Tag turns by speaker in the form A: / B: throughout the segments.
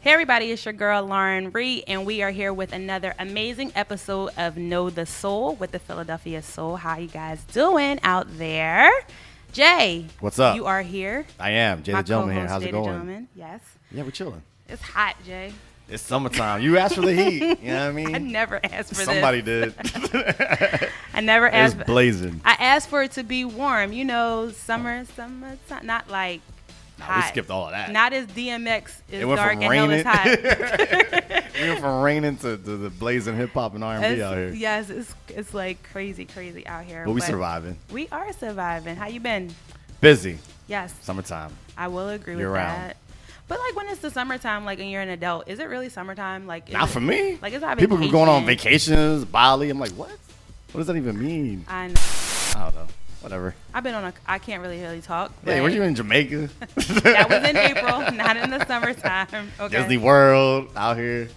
A: Hey, everybody, it's your girl Lauren Ree, and we are here with another amazing episode of Know the Soul with the Philadelphia Soul. How you guys doing out there? Jay,
B: What's up?
A: You are here.
B: I am Jay
A: My
B: the gentleman here.
A: co-host,
B: How's
A: Jay
B: it
A: the
B: going?
A: Gentleman. Yes,
B: Yeah, we're chilling.
A: it's hot, Jay.
B: It's summertime. You asked for the heat. You know what I mean?
A: I never asked for
B: Mm. Somebody
A: this.
B: did.
A: I never
B: it's
A: asked. for-
B: blazing.
A: I asked for it to be warm. You know, summer, summer, su- not like
B: Nah, we
A: hot.
B: skipped all of that.
A: Not as DMX is
B: It went
A: dark
B: from
A: and hell is
B: raining-
A: hot.
B: we went from raining to, to the blazing hip hop and R and B
A: It's-
B: out here.
A: Yes, it's it's like crazy, crazy out here.
B: But we surviving.
A: We are surviving. How you been?
B: Busy.
A: Yes,
B: Summertime.
A: I will agree with
B: Year-round.
A: that. But like when it's the summertime, like and you're an adult, is it really summertime? Like is
B: Not
A: it-
B: for me.
A: Like it's not
B: People were going on
A: vacation.
B: vacations, Bali. I'm like, what? What does that even mean?
A: I know.
B: I don't know. Whatever.
A: I've been on a. I can't really really talk.
B: Hey,
A: but
B: were you in Jamaica?
A: That was in April, not in the summertime. Okay.
B: Disney World out here.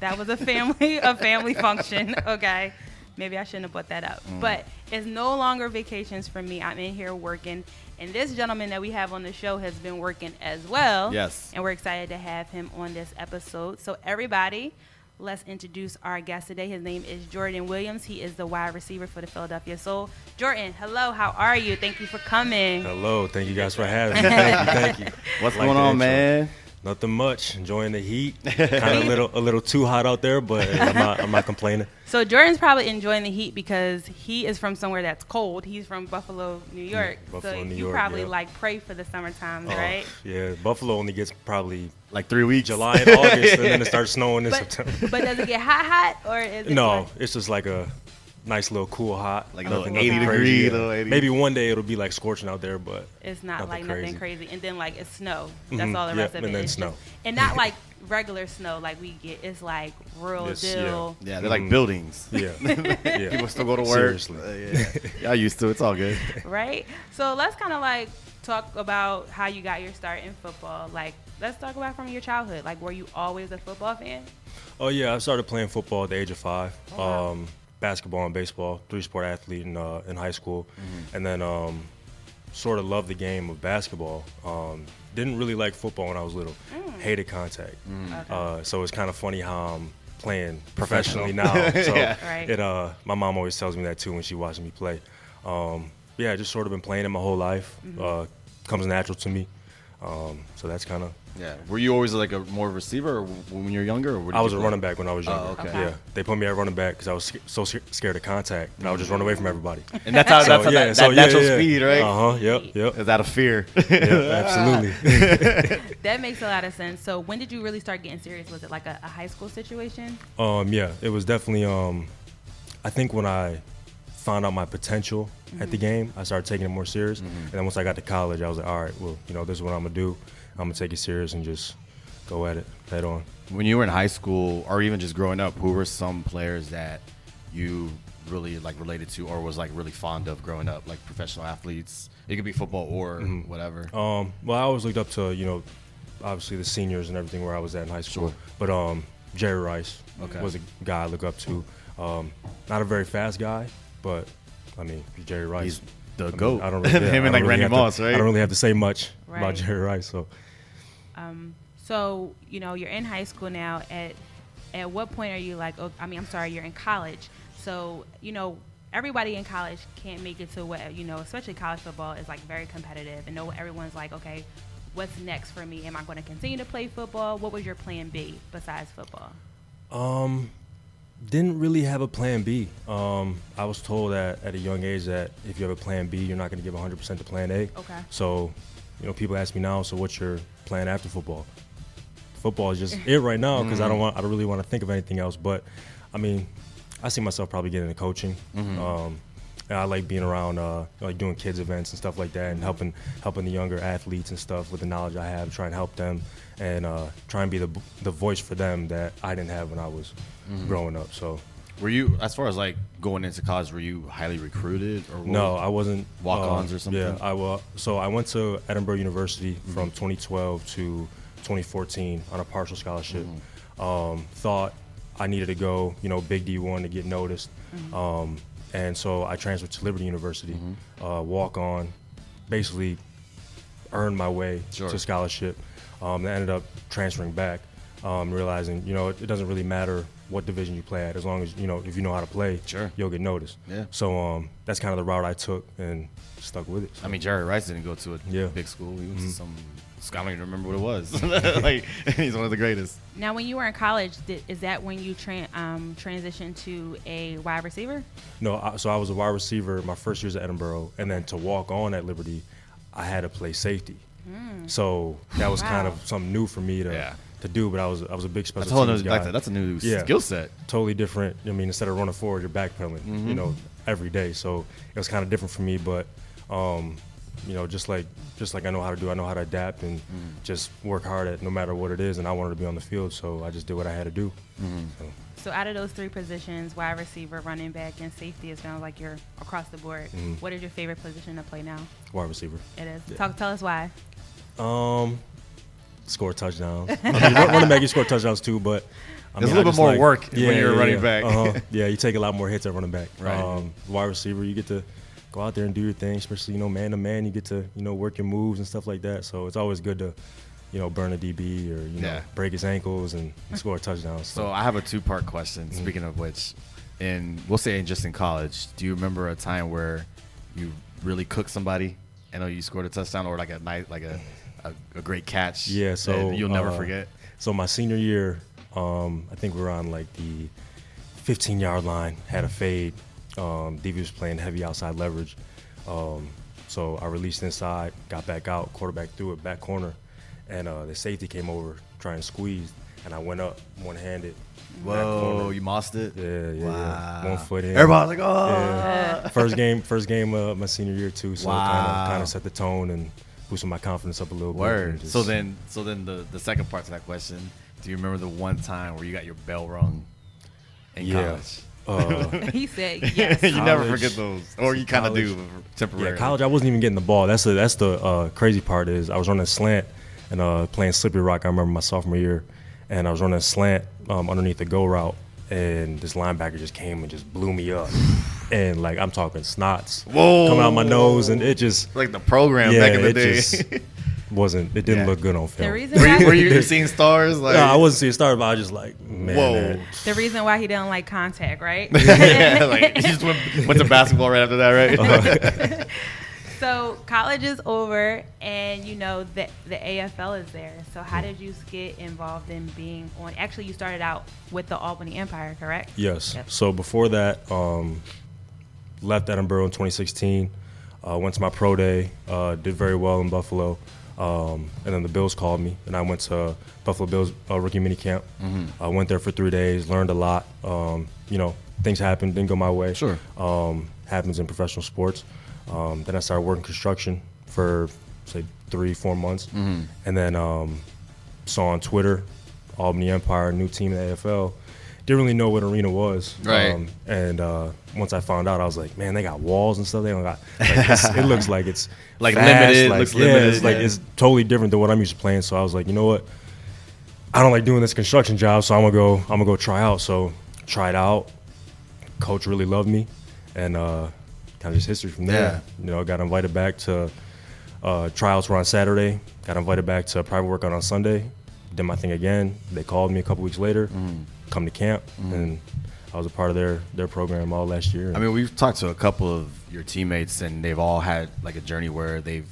A: That was a family a family function. Okay. Maybe I shouldn't have put that up. But it's no longer vacations for me. I'm in here working. And this gentleman that we have on the show has been working as well.
B: Yes.
A: And we're excited to have him on this episode. So everybody, let's introduce our guest today. His name is Jordan Williams. He is the wide receiver for the Philadelphia Soul. Jordan, hello, how are you? Thank you for coming.
C: Hello, thank you guys for having me. Thank you. Thank you.
B: What's
C: Like
B: going
C: the
B: on,
C: intro.
B: man?
C: Nothing much. Enjoying the heat. Kind of a little, a little too hot out there, but hey, I'm not, I'm not complaining.
A: So Jordan's probably enjoying the heat because he is from somewhere that's cold. He's from Buffalo, New York. so
C: Buffalo, New
A: you
C: York,
A: probably
C: yeah.
A: like pray for the summertime,
C: Uh,
A: right?
C: Yeah, Buffalo only gets probably
B: Like three weeks.
C: July and August, and then it starts snowing in
A: But,
C: September.
A: but does it get hot, hot, or is it
C: No,
A: like-
C: it's just like a nice little cool hot,
B: Like a little
C: nothing-
B: 80
C: nothing
B: degree,
C: yeah.
B: little 80.
C: Maybe one day it'll be like scorching out there, but
A: it's not
C: nothing
A: like nothing
C: crazy.
A: crazy, and then like it's snow. That's
C: Mhm,
A: all the
C: yeah,
A: rest of it.
C: and then
A: It's
C: snow.
A: just- and not like regular snow like we get. It's like real
C: Yes, yeah.
A: deal.
B: Yeah, they're like buildings.
C: yeah, yeah.
B: People still go to work.
C: Seriously.
B: Uh, yeah. Y'all used to. It's all good.
A: right? So let's kind of like talk about how you got your start in football. Like let's talk about from your childhood. Like were you always a football fan?
C: Oh yeah, I started playing football at the age of five.
A: wow.
C: Um, basketball and baseball, three sport athlete in, uh, in high school, and then um, sort of loved the game of basketball. Um, didn't really like football when I was little. Hated contact.
A: Okay.
C: Uh, so it's kind of funny how I'm playing professionally now. So
A: Right.
C: it uh, my mom always tells me that too when she watches me play. Um, yeah, I just sort of been playing it my whole life. Uh, comes natural to me. Um, so that's kind of
B: Yeah. Were you always like a more receiver or when you were younger? Or
C: I was a running back when I was younger.
B: okay.
A: Okay.
C: Yeah, they put me at running back because I was sc- so sc- scared of contact, and I would just run away from everybody.
B: And that's how, that's
C: So,
B: how that, that
C: yeah,
B: natural
C: yeah.
B: speed, right?
C: Uh huh. Yep. Yep.
B: Is out of fear.
C: yep absolutely.
A: That makes a lot of sense. So when did you really start getting serious? Was it like a, a high school situation?
C: um. Yeah. It was definitely. Um. I think when I found out my potential at the
B: Mm-hmm.
C: game, I started taking it more serious. And then once I got to college, I was like, all right, well, you know, this is what I'm gonna do. I'm gonna take it serious and just go at it head on.
B: when you were in high school or even just growing up, who were some players that you really like related to or was like really fond of growing up, like professional athletes? It could be football or whatever.
C: Um, well, I always looked up to you know, obviously the seniors and everything where I was at in high school.
B: Sure.
C: But um, Jerry Rice
B: Okay.
C: was a guy I look up to. Um, not a very fast guy, but I mean Jerry Rice.
B: He's the
C: I mean,
B: goat.
C: I don't really, yeah,
B: Him and
C: I don't
B: like
C: really
B: Randy
C: have to-
B: Moss, right?
C: I don't really have to say much
A: Right.
C: about Jerry Rice. So
A: So you know you're in high school now. At at what point are you like? Oh, I mean, I'm sorry, you're in college. So you know everybody in college can't make it to what you know, especially college football is like very competitive, and know everyone's like, okay, what's next for me? Am I going to continue to play football? What was your plan B besides football?
C: didn't really have a plan B. Um, I was told that at a young age that if you have a plan B, you're not going to give 100% to plan A.
A: Okay.
C: So, you know, people ask me now, so what's your plan after football? Football is just it right now because I don't want, I don't really want to think of anything else. But, I mean, I see myself probably getting into coaching. Um, and I like being around, uh, like doing kids events and stuff like that, and helping helping the younger athletes and stuff with the knowledge I have, trying to help them, and uh, try and be the the voice for them that I didn't have when I was growing up. So
B: Were you, as far as like going into college, were you highly recruited or what
C: No,
B: was-
C: I wasn't
B: Walk-ons
C: um,
B: or something? Mm-hmm.
C: Yeah, I was. So I went to Edinburgh University from 2012 to 2014 on a partial scholarship.
B: Mm-hmm.
C: Um, thought I needed to go, you know, Big D1 to get noticed,
B: Mm-hmm.
C: um, and so I transferred to Liberty University,
B: Mm-hmm.
C: uh, walk on, basically earned my way
B: Sure.
C: to scholarship. Um, I ended up transferring back, um, realizing you know it, it doesn't really matter what division you play at as long as you know if you know how to play,
B: Sure.
C: you'll get noticed.
B: Yeah.
C: So um, that's kind of the route I took and stuck with it. So.
B: I mean, Jerry Rice didn't go to a
C: Yeah. Mm-hmm.
B: big school. He went to some. I don't even remember what it was. like he's one of the greatest.
A: Now, when you were in college, did, is that when you tran um, transitioned to a wide receiver?
C: No, I, so I was a wide receiver my first years at Edinburgh, and then to walk on at Liberty, I had to play safety. So that was kind
A: Wow.
C: of something new for me to
B: Yeah.
C: to do. But I was I was a big special
B: That's a whole
C: teams
B: nother- like
C: guy.
B: that. That's a new
C: Yeah.
B: skill set.
C: totally different. I mean, instead of running forward, you're backpedaling.
B: Mm-hmm.
C: You know, every day. So it was kind of different for me, but. Um, you know, just like just like I know how to do, I know how to adapt and
B: Mm.
C: just work hard at no matter what it is. And I wanted to be on the field, so I just did what I had to do.
B: Mm-hmm.
C: So,
A: So, out of those three positions, wide receiver, running back, and safety, it sounds like you're across the board.
B: Mm-hmm.
A: What is your favorite position to play now?
C: wide receiver.
A: It is. Talk, tell us why.
C: Um, score touchdowns. I mean, run- running back, you score touchdowns too, but I
B: There's a little
C: mean, I
B: bit
C: just
B: more
C: like-
B: work when you're a running
C: yeah.
B: back.
C: Uh-huh. Yeah, you take a lot more hits at running back.
B: Right.
C: Um, wide receiver, you get to go out there and do your thing, especially you know man to man. You get to you know work your moves and stuff like that. So it's always good to you know burn a DB or you know
B: Yeah.
C: break his ankles and score a touchdown. So,
B: So I have a two-part question.
C: Mm-hmm.
B: Speaking of which, and we'll say in just in college, do you remember a time where you really cooked somebody? I know you scored a touchdown or like a night, like a, a, a great catch.
C: yeah, so
B: that you'll never
C: uh,
B: forget.
C: So my senior year, um, I think we were on like the 15 yard line, had a fade. Um, DB was playing heavy outside leverage. Um, so I released inside, got back out, quarterback threw it back corner, and uh, the safety came over trying to squeeze, and I went up one handed.
B: Whoa, you mossed it.
C: Yeah, yeah, yeah. One foot in.
B: Everybody's like, oh.
C: Yeah. first game, first game uh, my senior year too. So
B: Wow.
C: kind of set the tone and boosted my confidence up a little bit.
B: Word.
C: and just-
B: So then, so then the the second part to that question: Do you remember the one time where you got your bell rung in
C: yeah.
B: college?
C: Uh,
A: he said yes.
B: you never
C: College.
B: forget those, or you kind of do
C: College.
B: temporarily.
C: Yeah, college. I wasn't even getting the ball. That's the that's the uh, crazy part is I was running a slant and uh, playing slippery rock. I remember my sophomore year, and I was running a slant um, underneath the go route, and this linebacker just came and just blew me up, and like I'm talking snots
B: Whoa.
C: coming out my nose, and it just
B: like the program
C: yeah,
B: back in the
C: it
B: day.
C: just wasn't. It didn't
B: Yeah.
C: look good on film.
A: The reason
B: were
A: why
B: you, were you seeing stars? Like,
C: no, I wasn't seeing stars, but I was just like, man,
B: Whoa.
C: that-
A: the reason why he doesn't like contact, right?
B: yeah, like you just went, went to basketball right after that, right?
C: Uh-huh.
A: so college is over, and you know the the AFL is there. So how did you get involved in being on? Actually, you started out with the Albany Empire, correct?
C: Yes.
A: Yep.
C: So before that, um, left Edinburgh in 2016. Uh, went to my pro day. Uh, did very well in Buffalo. Um, and then the Bills called me, and I went to Buffalo Bills uh, rookie mini camp. I went there for three days, learned a lot. Um, you know, things happened, didn't go my way.
B: Sure.
C: Um, happens in professional sports. Um, then I started working construction for say three, four months, and then um, saw on Twitter, Albany Empire, new team in the AFL. Didn't really know what arena was.
B: Right.
C: and uh, once I found out, I was like, man, they got walls and stuff. They don't got. Like, it's- it looks like it's
B: Like limited, looks
C: yeah,
B: limited,
C: It's like
B: yeah.
C: it's totally different than what I'm used to playing. So I was like, you know what? I don't like doing this construction job, so I'm gonna go. I'm gonna go try out. So tried out. Coach really loved me, and uh, kind of just history from there. You know, got invited back to uh, trials were on Saturday. Got invited back to private workout on Sunday. Did my thing again. They called me a couple weeks later. Come to camp, and I was a part of their their program all last year.
B: I mean, we've talked to a couple of your teammates, and they've all had like a journey where they've,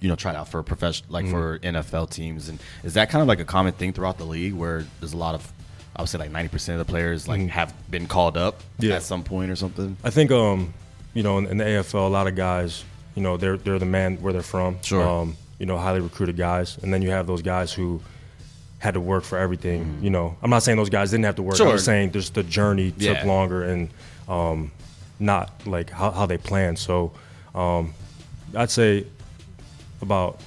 B: you know, tried out for professional, like for
C: Mm-hmm.
B: NFL teams. And is that kind of like a common thing throughout the league, where there's a lot of, I would say, like ninety percent of the players like have been called up
C: Mm-hmm. Yeah.
B: at some point or something.
C: I think um, you know, in, in the AFL, a lot of guys, you know, they're they're the man where they're from.
B: Sure.
C: Um, you know, highly recruited guys, and then you have those guys who had to work for everything. You know, I'm not saying those guys didn't have to work.
B: Mm-hmm. Sure.
C: I'm just saying just the journey took
B: Yeah.
C: longer and um, not like how, how they planned. So, um, I'd say about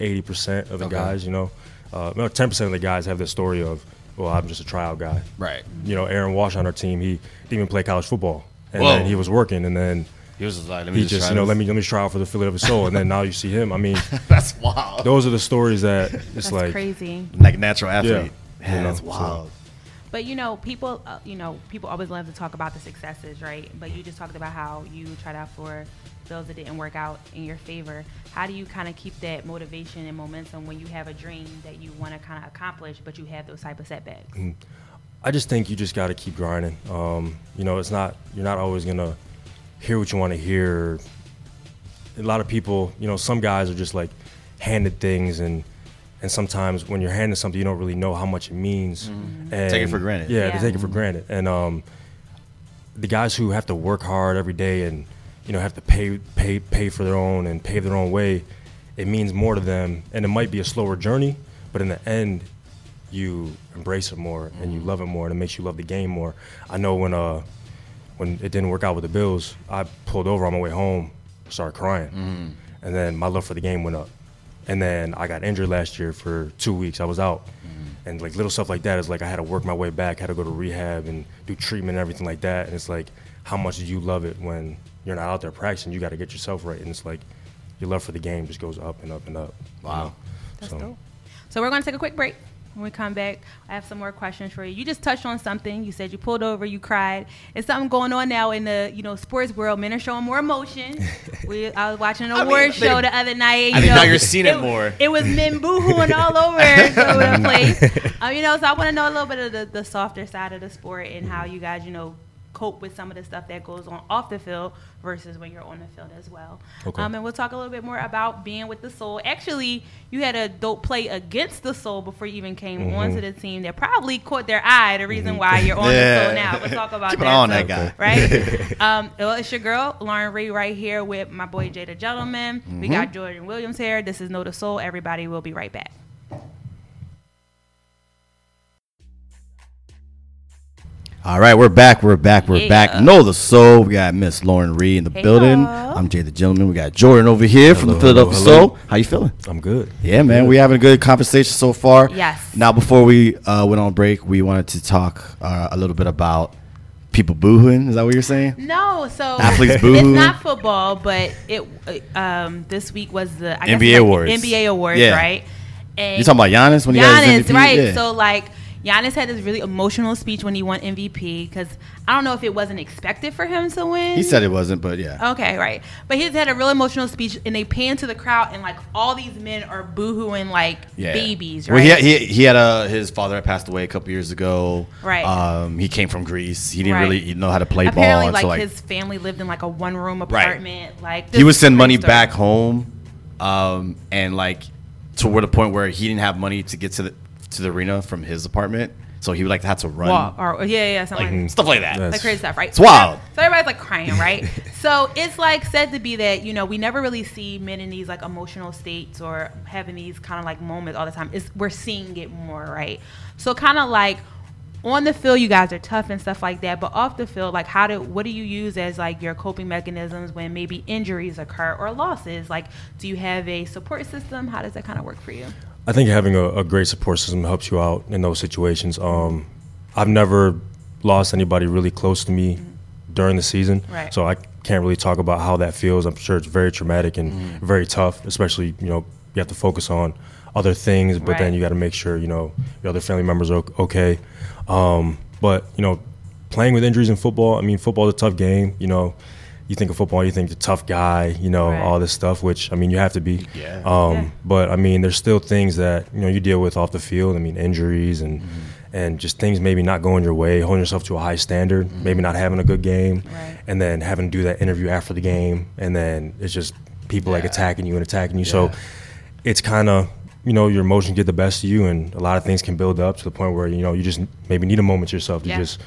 C: 80% of the
B: Okay.
C: guys, you know, uh, no, 10% of the guys have this story of, well, I'm just a tryout guy.
B: Right.
C: You know, Aaron Walsh on our team, he didn't even play college football. And
B: Whoa.
C: then he was working, and then
B: He was just like, let me
C: he
B: just,
C: just,
B: try
C: you know,
B: this.
C: let me let me try out for the Philadelphia Soul. and then now you see him. I mean,
B: That's wild.
C: those are the stories that it's
A: That's
C: like,
A: crazy.
B: Like natural athlete.
C: Yeah. You know,
B: that's
C: so-
B: wild.
A: But you know, people, uh, you know, people always love to talk about the successes, right? But you just talked about how you tried out for those that didn't work out in your favor. How do you kind of keep that motivation and momentum when you have a dream that you want to kind of accomplish, but you have those type of setbacks?
B: Mm.
C: I just think you just got to keep grinding. Um, you know, it's not you're not always gonna hear what you want to hear. A lot of people, you know, some guys are just like handed things, and and sometimes when you're handed something, you don't really know how much it means. And-
B: Mm-hmm. Take it for granted.
C: Yeah,
A: Yeah.
C: they take it for granted. And um, the guys who have to work hard every day and you know have to pay pay pay for their own and pave their own way, it means more to them. And it might be a slower journey, but in the end, you embrace it more and
B: Mm-hmm.
C: you love it more, and it makes you love the game more. I know when uh when it didn't work out with the Bills, I pulled over on my way home, started crying,
B: Mm-hmm.
C: and then my love for the game went up. And then I got injured last year for two weeks. I was out,
B: Mm-hmm.
C: and like little stuff like that is like I had to work my way back, had to go to rehab and do treatment and everything like that. And it's like, how much do you love it when you're not out there practicing? You got to get yourself right, and it's like your love for the game just goes up and up and up. you
B: Wow.
C: know?
A: That's
C: So-
A: dope. So we're going to take a quick break. When we come back, I have some more questions for you. You just touched on something. You said you pulled over, you cried. It's something going on now in the you know sports world. Men are showing more emotion. we, I was watching an
B: mean,
A: award
B: I
A: show
B: think-
A: the other night.
B: I
A: you
B: think now
A: know,
B: you're seeing it more.
A: It was men boohooing all over the place. Um, you know, so I want to know a little bit of the, the softer side of the sport and how you guys, you know, cope with some of the stuff that goes on off the field versus when you're on the field as well.
C: Okay.
A: Um, and we'll talk a little bit more about being with the soul. Actually, you had a dope play against the soul before you even came onto the team that probably caught their eye. The reason why you're on the soul now. We'll talk about
B: Keep
A: that.
B: an eye on
A: So-
B: that guy.
A: right? um, well, it's your girl, Lauren Ree, right here with my boy Jada Gentleman. We
B: Mm-hmm.
A: got Jordan Williams here. This is Know the Soul. Everybody will be right back.
B: All right, we're back. We're back. We're
A: Yeah.
B: back. Know the soul. We got Miss Lauren Reed in the
A: Hey,
B: building.
A: y'all.
B: I'm Jay the gentleman. We got Jordan over here from the
C: Hello, hello,
B: Philadelphia
C: hello.
B: Soul. How you feeling?
C: I'm good.
B: Yeah, man. We having a good conversation so far.
A: Yes.
B: Now, before we uh, went on break, we wanted to talk uh, a little bit about people boohooing. Is that what you're saying?
A: No, so
B: Athletes
A: it's
B: boo.
A: not football, but it uh, um, this week was the I guess
B: NBA
A: it's like
B: awards.
A: NBA awards,
B: Yeah.
A: right? And
B: You talking about Giannis when he got his
A: Giannis,
B: MVP?
A: right?
B: Yeah.
A: So like Giannis had this really emotional speech when he won MVP because I don't know if it wasn't expected for him to win.
B: He said it wasn't, but yeah.
A: Okay, right. But he's had a real emotional speech, and they pan to the crowd, and like all these men are boohooing like
B: Yeah.
A: babies,
B: Well,
A: right?
B: he had, he, he had a his father had passed away a couple years ago.
A: Right.
B: Um, he came from Greece. He didn't
A: Right.
B: really e, know how to play
A: Apparently,
B: ball.
A: like,
B: so, like
A: his family lived in like a one room
B: Right.
A: apartment. Like
B: he would send
A: this
B: money
A: crazy story.
B: back home, um, and like to where the point where he didn't have money to get to the to the arena from his apartment, so he would like had to run
A: Walk or yeah, yeah, something
B: like
A: like
B: stuff like that.
C: Yes.
A: like crazy stuff, right?
B: It's wild.
A: So everybody's like crying, right? so it's like said to be that you know we never really see men in these like emotional states or having these kind of like moments all the time. It's we're seeing it more, right? So kind of like on the field, you guys are tough and stuff like that, but off the field, like how do what do you use as like your coping mechanisms when maybe injuries occur or losses? Like, do you have a support system? How does that kind of work for you?
C: I think having a, a great support system helps you out in those situations. Um, I've never lost anybody really close to me during the season,
A: Right.
C: so I can't really talk about how that feels. I'm sure it's very traumatic and very tough, especially you know you have to focus on other things, but
A: Right.
C: then you got to make sure you know your other family members are o- okay. Um, but you know, playing with injuries in football, I mean, football's a tough game. You know, you think of football, you think the tough guy, you know,
A: Right.
C: all this stuff, which I mean, you have to be.
B: Yeah.
C: Um,
A: Yeah.
C: But I mean, there's still things that you know you deal with off the field. I mean, injuries and
B: Mm-hmm.
C: and just things maybe not going your way, holding yourself to a high standard,
B: Mm-hmm.
C: maybe not having a good game,
A: Right.
C: and then having to do that interview after the game, and then it's just people like
B: Yeah.
C: attacking you and attacking you.
B: Yeah.
C: So it's kind of you know your emotions get the best of you, and a lot of things can build up to the point where you know you just maybe need a moment to yourself to
A: Yeah.
C: just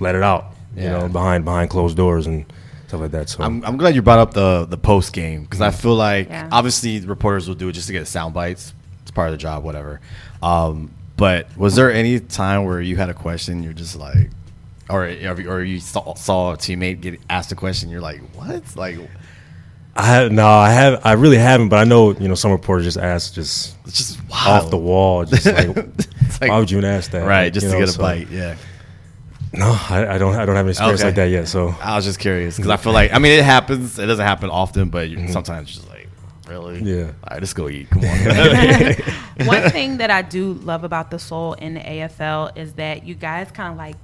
C: let it out, you
B: Yeah.
C: know, behind behind closed doors and stuff like that. So
B: I'm, I'm glad you brought up the the post game because I feel like
A: Yeah.
B: obviously the reporters will do it just to get sound bites. It's part of the job, whatever. Um, but was there any time where you had a question you're just like, or or you- or you saw, saw a teammate get asked a question you're like, what? Like
C: I have, no, I have, I really haven't, but I know you know some reporters just ask just
B: it's just
C: off
B: wild.
C: the wall, just like,
B: It's like-
C: why would you even ask that?
B: right?
C: Like,
B: Just
C: you
B: to
C: know,
B: get a
C: so-
B: bite, yeah.
C: No, I, I don't, I don't have any experience
B: Okay.
C: like that yet. So
B: I was just curious because I feel like I mean it happens. It doesn't happen often, but you sometimes you're just like Really?
C: Mm-hmm. Yeah.
B: All right, let's go eat. Come on.
A: One thing that I do love about the soul in the AFL is that you guys kind of like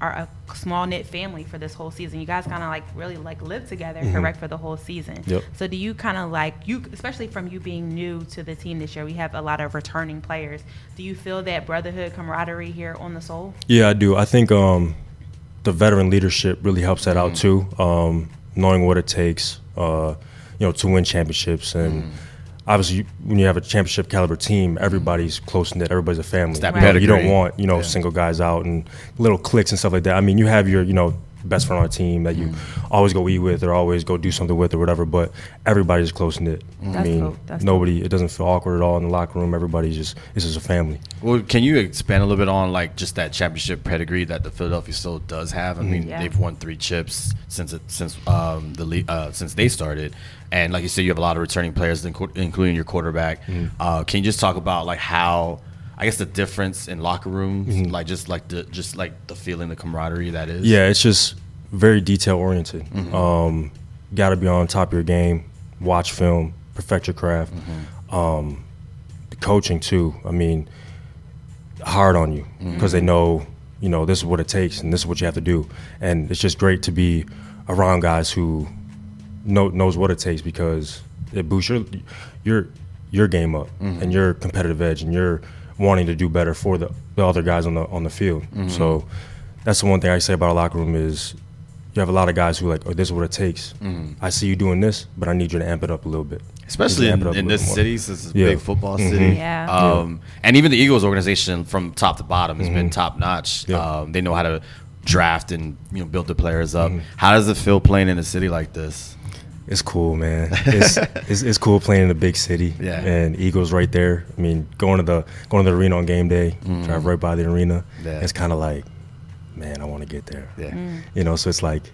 A: are a small knit family for this whole season. You guys kind of like really like live together, correct, for the whole season.
C: Yep.
A: So do you kind of like you, especially from you being new to the team this year? We have a lot of returning players. Do you feel that brotherhood, camaraderie here on the soul?
C: Yeah, I do. I think um, the veteran leadership really helps that
A: Mm.
C: out too. Um, knowing what it takes, uh, you know, to win championships,
A: Mm.
C: and obviously when you have a championship caliber team, everybody's close knit. Everybody's a family.
B: that
A: Right.
C: You, know, you don't
B: pedigree.
C: want you know
B: Yeah.
C: single guys out and little cliques and stuff like that. I mean, you have your you know best friend on the team that
A: Mm.
C: you always go eat with or always go do something with or whatever, but everybody's close knit. I
A: That's
C: mean,
A: dope. That's dope.
C: nobody. It doesn't feel awkward at all in the locker room. Everybody's just it's just a family.
B: well, can you expand a little bit on like just that championship pedigree that the Philadelphia still does have? I mean,
A: Yeah.
B: they've won three chips since it, since um, the league uh, since they started, and like you said, you have a lot of returning players, inc- including your quarterback. Uh, can you just talk about like how? I guess the difference in locker rooms, like just like the just like the feeling, the camaraderie that is.
C: Yeah, it's just very detail oriented. Um, Got to be on top of your game, watch film, perfect your craft. Um, the coaching too. I mean, hard on you because they know you know this is what it takes and this is what you have to do. And it's just great to be around guys who know, knows what it takes because it boosts your your your game up
B: Mm-hmm.
C: and your competitive edge and your wanting to do better for the, the other guys on the on the field.
B: Mm-hmm.
C: So that's the one thing I say about a locker room is you have a lot of guys who are like, oh, this is what it takes.
B: Mm-hmm.
C: I see you doing this, but I need you to amp it up a little bit.
B: especially
C: Amp
B: in,
C: it up a
B: in
C: little
B: this
C: more.
B: city since it's a
C: Yeah.
B: big football city
A: Yeah.
B: um, and even the eagles organization from top to bottom has been top notch
C: Mm-hmm. Yeah.
B: um, they know how to draft and you know build the players up
C: Mm-hmm.
B: how does it feel playing in a city like this
C: It's cool, man. It's, it's it's cool playing in the big city.
B: Yeah.
C: And Eagles right there. I mean, going to the going to the arena on game day, drive right by the arena.
B: Mm-hmm. Yeah.
C: It's kind of like, man, I want to get there.
B: yeah
A: Mm.
C: You know, so it's like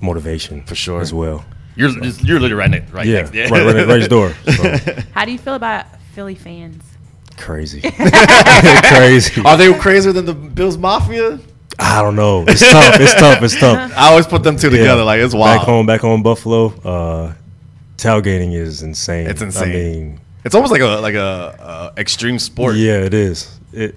C: motivation for
B: sure.
C: as well.
B: you're just- you're literally right next right
C: Yeah,
B: next yeah.
C: right, right, right next door. So,
A: How do you feel about Philly fans?
C: crazy, crazy.
B: are they crazier than the bills mafia
C: I don't know. It's tough. It's tough. It's tough.
B: i always put them two
C: Yeah.
B: together like it's wild
C: Back home, back home, Buffalo. Uh, tailgating is insane.
B: It's insane.
C: I mean,
B: it's almost like a like a uh, extreme sport
C: yeah, it is. It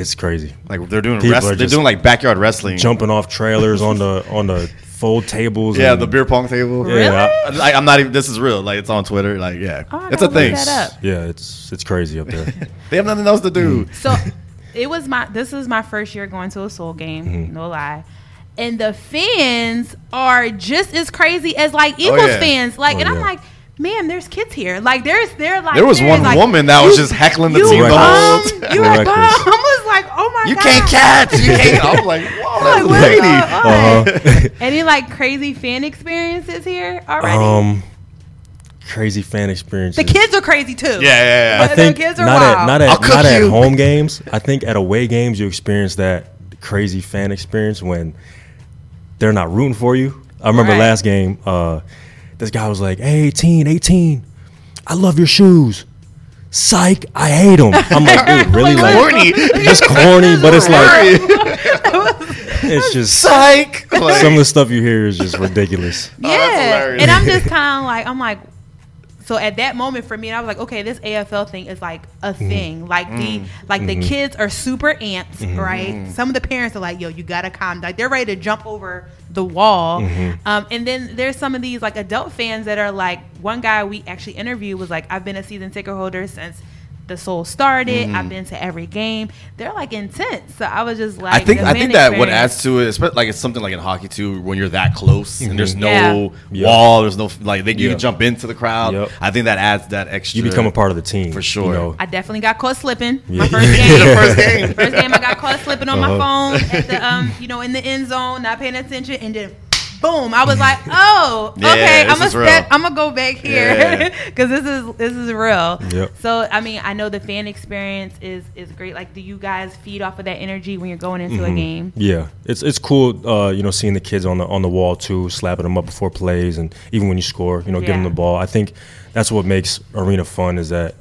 C: it's crazy.
B: like they're doing
C: People
B: wrest-
C: are
B: they're
C: just
B: doing like backyard wrestling
C: jumping off trailers on the on the fold tables.
B: yeah
C: and-
B: the beer pong table
C: Yeah, I-
B: Like, I'm not even. This is real. Like it's on Twitter. Like yeah,
A: Oh, I
B: it's
A: gotta
B: a
A: look
B: thing.
A: that up.
C: yeah, it's it's crazy up there.
B: They have nothing else to
C: Mm.
B: do.
A: So it was my this is my first year going to a soul game,
B: Mm-hmm.
A: no lie. And the fans are just as crazy as like Eagles
B: yeah.
A: fans. Like
C: Oh,
A: and I'm
C: yeah.
A: like, man, there's kids here. Like there's they're like
B: There was
A: there's,
B: one
A: like,
B: woman that was just heckling the
A: you
B: team the whole
A: bum,
B: time.
A: You are
C: Reckless.
A: bum. I was like, oh my
B: You
A: god.
B: can't catch. You can't. I'm like, uh, whoa, that's
A: Like,
B: a
A: what
B: lady.
A: the-
C: Uh-huh.
A: Any like crazy fan experiences here already?
C: um, crazy fan experience.
A: the kids are crazy too.
B: Yeah, yeah, yeah.
A: But
C: I think
A: the kids are
C: not
A: wild.
C: at not
B: I'll
C: at
B: cook
C: not at
B: you.
C: home games. I think at away games you experience that crazy fan experience when they're not rooting for you. I remember
A: Right.
C: last game, uh, this guy was like, "Hey, 18, 18, I love your shoes." Psych, I hate them. I'm like, dude, really?
A: Like,
C: Like,
B: Corny.
C: just corny, but it's like,
B: Sorry.
C: it's just
B: Psych. Like,
C: some of the stuff you hear is just ridiculous.
B: Oh, that's hilarious.
A: and I'm just kind of like, I'm like, so at that moment for me, I was like, okay, this AFL thing is like a
B: Mm-hmm.
A: thing. Like the like the kids are super amped,
B: Mm-hmm.
A: right? Some of the parents are like, yo, you gotta calm. Like they're ready to jump over the wall.
B: Mm-hmm.
A: Um, and then there's some of these like adult fans that are like, one guy we actually interviewed was like, I've been a season ticket holder since. The soul started. I've been to every game. They're like intense. So I was just like,
B: Mm-hmm. I think
A: the
B: I
A: fan
B: think that what
A: experience-
B: adds to it, especially like it's something like in hockey too, when you're that close and there's no
C: Yeah.
B: wall, there's no like they, you
C: Yeah.
B: can jump into the crowd.
C: Yep.
B: I think that adds that extra.
C: You become a part of the team
B: For sure.
C: You know?
A: I definitely got caught slipping my
C: Yeah.
A: first game.
B: the first game.
A: First game, I got caught slipping on my
C: Uh-huh.
A: phone at the um, you know, in the end zone, not paying attention, and then boom, I was like, oh,
B: Yeah,
A: okay,
B: this
A: I'm gonna
B: is real.
A: step, I'm gonna go back
B: Yeah.
A: here because this is this is real.
C: Yep.
A: So I mean, I know the fan experience is is great. Like, do you guys feed off of that energy when you're going into
B: Mm-hmm.
A: a game?
C: Yeah, it's it's cool. Uh, you know, seeing the kids on the on the wall too, slapping them up before plays, and even when you score, you know, give them
A: Yeah.
C: the ball. I think that's what makes arena fun is that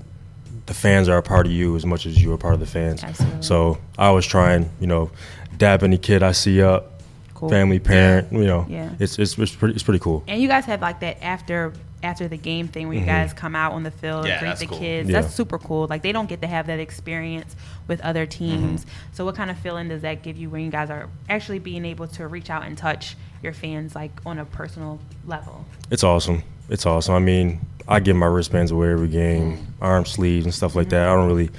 C: the fans are a part of you as much as you are part of the fans.
A: Absolutely.
C: So I always try and you know, dab any kid I see up,
A: Cool.
C: family, parent. You know,
A: Yeah.
C: it's it's it's pretty it's pretty cool. Mm-hmm.
A: And you guys have like that after after the game thing where you guys come out on the field
B: Yeah,
A: and greet
B: that's
A: the
B: cool.
A: kids.
C: Yeah.
A: That's super cool. Like they don't get to have that experience with other
C: Mm-hmm.
A: teams. So what kind of feeling does that give you when you guys are actually being able to reach out and touch your fans like on a personal level?
C: It's awesome. It's awesome. I mean, I give my wristbands away every game, arm sleeves and stuff like that. I don't really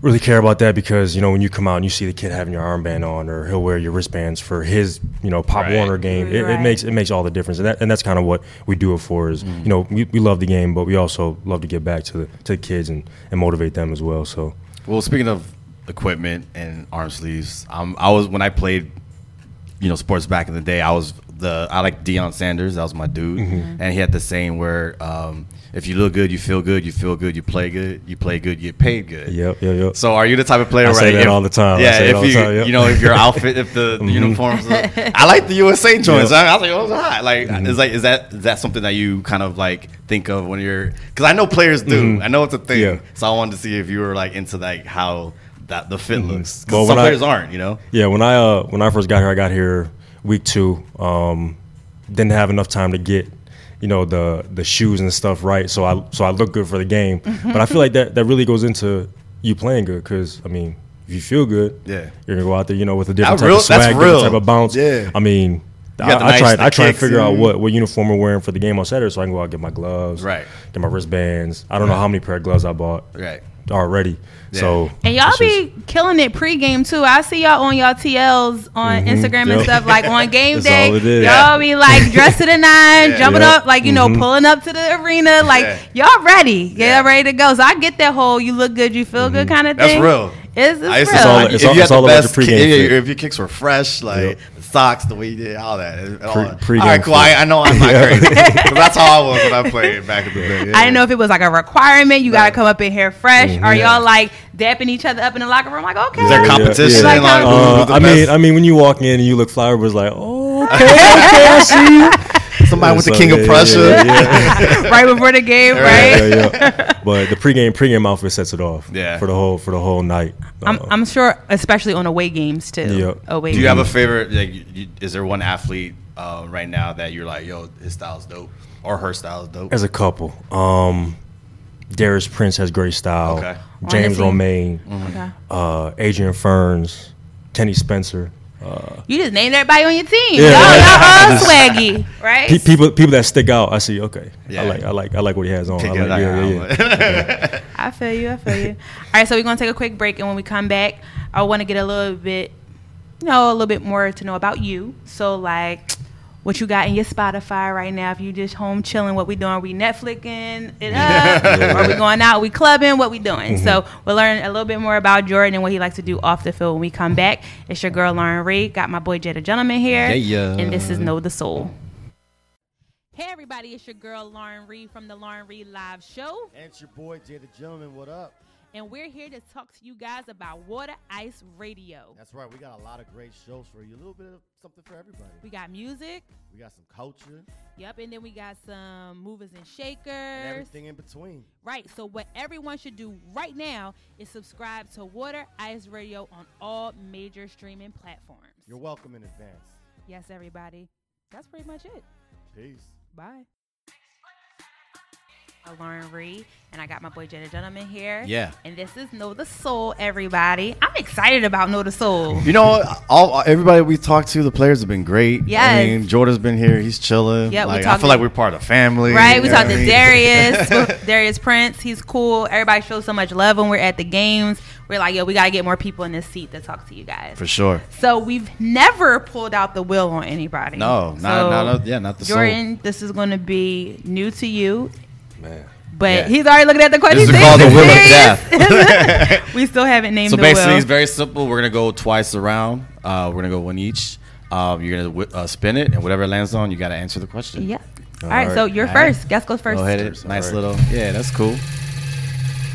C: really care about that because you know when you come out and you see the kid having your armband on, or he'll wear your wristbands for his you know Pop
B: Right.
C: Warner game. It, it
A: Right.
C: makes it makes all the difference, and that and that's kind of what we do it for. Is you know we, we love the game, but we also love to give back to the to the kids and and motivate them as well. So
B: Well, speaking of equipment and arm sleeves, um, I was when I played, you know, sports back in the day. I was the I like Deion Sanders. That was my dude, and he had the saying where um, if you look good, you feel good. You feel good, you play good. You play good, you get paid good.
C: Yep, yep, yep.
B: So are you the type of player?
C: I
B: where
C: say that
B: if-
C: all the time. I
B: Yeah,
C: say
B: if
C: that all the
B: you
C: time, Mm-hmm. yep.
B: you know if your outfit, if the, the uniforms, look- I like the USA joints. I, I was like, oh, it's hot. Like,
C: Mm-hmm.
B: it's like is that is that something that you kind of like think of when you're? Because I know players do. I know it's a thing.
C: Mm-hmm. Yeah.
B: So I wanted to see if you were like into like how that the fit looks. 'Cause
C: Mm-hmm. Well,
B: some
C: when I-
B: players aren't, you know.
C: Yeah, when I uh, when I first got here, I got here week two. Um, didn't have enough time to get you know the the shoes and stuff right, so I so I look good for the game.
A: Mm-hmm.
C: but I feel like that that really goes into you playing good because I mean, if you feel good,
B: Yeah.
C: you're gonna go out there, you know, with a different
B: That
C: type
B: real-
C: of
B: that's
C: swag,
B: real.
C: different type of bounce.
B: Yeah.
C: I mean. I,
B: got the
C: I
B: nice-
C: try.
B: the
C: I try and
B: kicks
C: figure out
B: and-
C: what, what uniform we're wearing for the game on Saturday, so I can go out and get my gloves,
B: Right.
C: Get my wristbands. I don't know how many pair of gloves I bought
B: Right.
C: already.
B: Yeah.
C: So
A: And y'all
C: it's just-
A: be killing it pregame too. I see y'all on y'all TLs on Instagram and
C: Yep.
A: stuff like on game
C: Mm-hmm. That's
A: day.
C: all it is. Mm-hmm.
A: Y'all be like dressed to the nine,
B: Yeah.
A: jumping
C: Yep.
A: up, like you know, pulling up to the arena. Like y'all ready,
B: Yeah.
A: y'all ready to go. So I get that whole "you look good, you feel
C: Mm-hmm.
A: good" kind of
B: That's
A: thing.
B: real.
A: It's, it's
B: I used to-
A: real.
C: all-
B: like,
C: it's
B: if
C: all-
B: you had
C: it's all
B: the
C: about your
B: best
C: pregame
B: kick- yeah,
C: fit.
B: if your kicks were fresh, like
C: Yep.
B: the socks, the way you did all that. and all
C: Pre-
B: that.
C: pregame
B: all right, cool. I,
C: fit.
B: I know I'm not crazy, but that's how I was when I played back in the day.
A: I didn't know if it was like a requirement. You got
B: Right.
A: to come up in here fresh.
C: Mm-hmm.
A: Are
B: Yeah.
A: y'all like dapping each other up in the locker room? Like, okay.
B: Is there
C: Yeah,
B: competition?
A: yeah.
B: Like,
A: Like,
B: who-
C: Uh,
B: who's the
C: I mean,
B: best?
C: I mean, when you walk in and you look flyer, was like, oh, okay, okay, I see you.
B: somebody with the
C: So,
B: King
C: yeah,
B: of
C: yeah,
B: Prussia.
C: yeah, yeah,
A: right before the game, right?
C: yeah, yeah. But the pregame pregame outfit sets it off.
B: Yeah.
C: for the whole for the whole night.
A: I'm,
C: Uh,
A: I'm sure, especially on away games too.
C: Yep.
A: Away.
B: Do you have
A: games.
B: a favorite? Like, you- you, is there one athlete uh, right now that you're like, yo, his style's dope, or her style's dope?
C: as a couple, um, Darius Prince has great style.
B: Okay. Mm-hmm.
C: James
A: Honestly.
C: Romaine,
A: Okay.
C: uh, Adrian Ferns, Kenny Spencer.
A: You just named everybody on your team.
C: Yeah.
A: y'all, y'all all
C: Just-
A: swaggy, right?
C: Pe- people people that stick out. I see. Okay,
B: Yeah.
C: I like I like I like what he has on. I
B: Kick
C: like,
B: it, like,
C: yeah, yeah, yeah.
A: I feel you. I feel you. All right, so we're gonna take a quick break, and when we come back, I want to get a little bit, you know, a little bit more to know about you. So like. What you got in your Spotify right now? If you just home chilling, what we doing? We Netflixing it up? Are we going out? We clubbing? What we doing? So
B: Mm-hmm.
A: we'll learn a little bit more about Jordan and what he likes to do off the field when we come back. It's your girl Lauren Reed. Got my boy Jada Gentleman here,
B: Yeah.
A: and this is Know the Soul. Hey everybody, it's your girl Lauren Reed from the Lauren Reed Live Show.
D: And it's your boy Jay the Gentleman. What up?
A: and we're here to talk to you guys about Water Ice Radio.
D: That's right. We got a lot of great shows for you. A little bit of something for everybody.
A: We got music,
D: We got some culture
A: yep, and then we got some movers and
D: and
A: shakers.
D: everything in between.
A: Right, so what everyone should do right now is subscribe to Water Ice Radio on all major streaming platforms.
D: You're welcome in advance.
A: yes, everybody. That's pretty much it.
D: Peace.
A: Bye. I'm Lauren Reed, and I got my boy Jenna Gentleman here.
B: Yeah.
A: And this is Know the Soul, everybody. I'm excited about Know the Soul.
B: You know, all everybody we talked to, the players have been great. I
A: Yes.
B: mean, Jordan's been here; he's chilling.
A: Yeah, we
B: like, I
A: talked
B: feel
A: to-
B: like we're part of the family.
A: Right, we
B: You know
A: talked
B: what
A: to
B: I mean?
A: Darius, Darius Prince. He's cool. Everybody shows so much love when we're at the games. We're like, yo, we gotta get more people in this seat to talk to you guys.
B: for sure.
A: So we've never pulled out the will on anybody.
B: No, not,
A: So,
B: not yeah, not the soul.
A: Jordan. This is gonna be new to you,
C: Man.
A: but
B: Yeah.
A: he's already looking at the question.
B: This is
A: He's
B: called the will of
A: serious.
B: death.
A: we still haven't named
B: So
A: the
B: basically,
A: will.
B: it's very simple. We're gonna go twice around. Uh, we're gonna go one each. Um, you're gonna wi- uh, spin it, and whatever it lands on, you gotta answer the question.
A: yeah. All right,
C: right.
A: so you're
B: All right.
A: first. Guess goes first.
B: Go ahead, it.
C: First,
B: nice
C: alright.
B: little. Yeah, that's cool.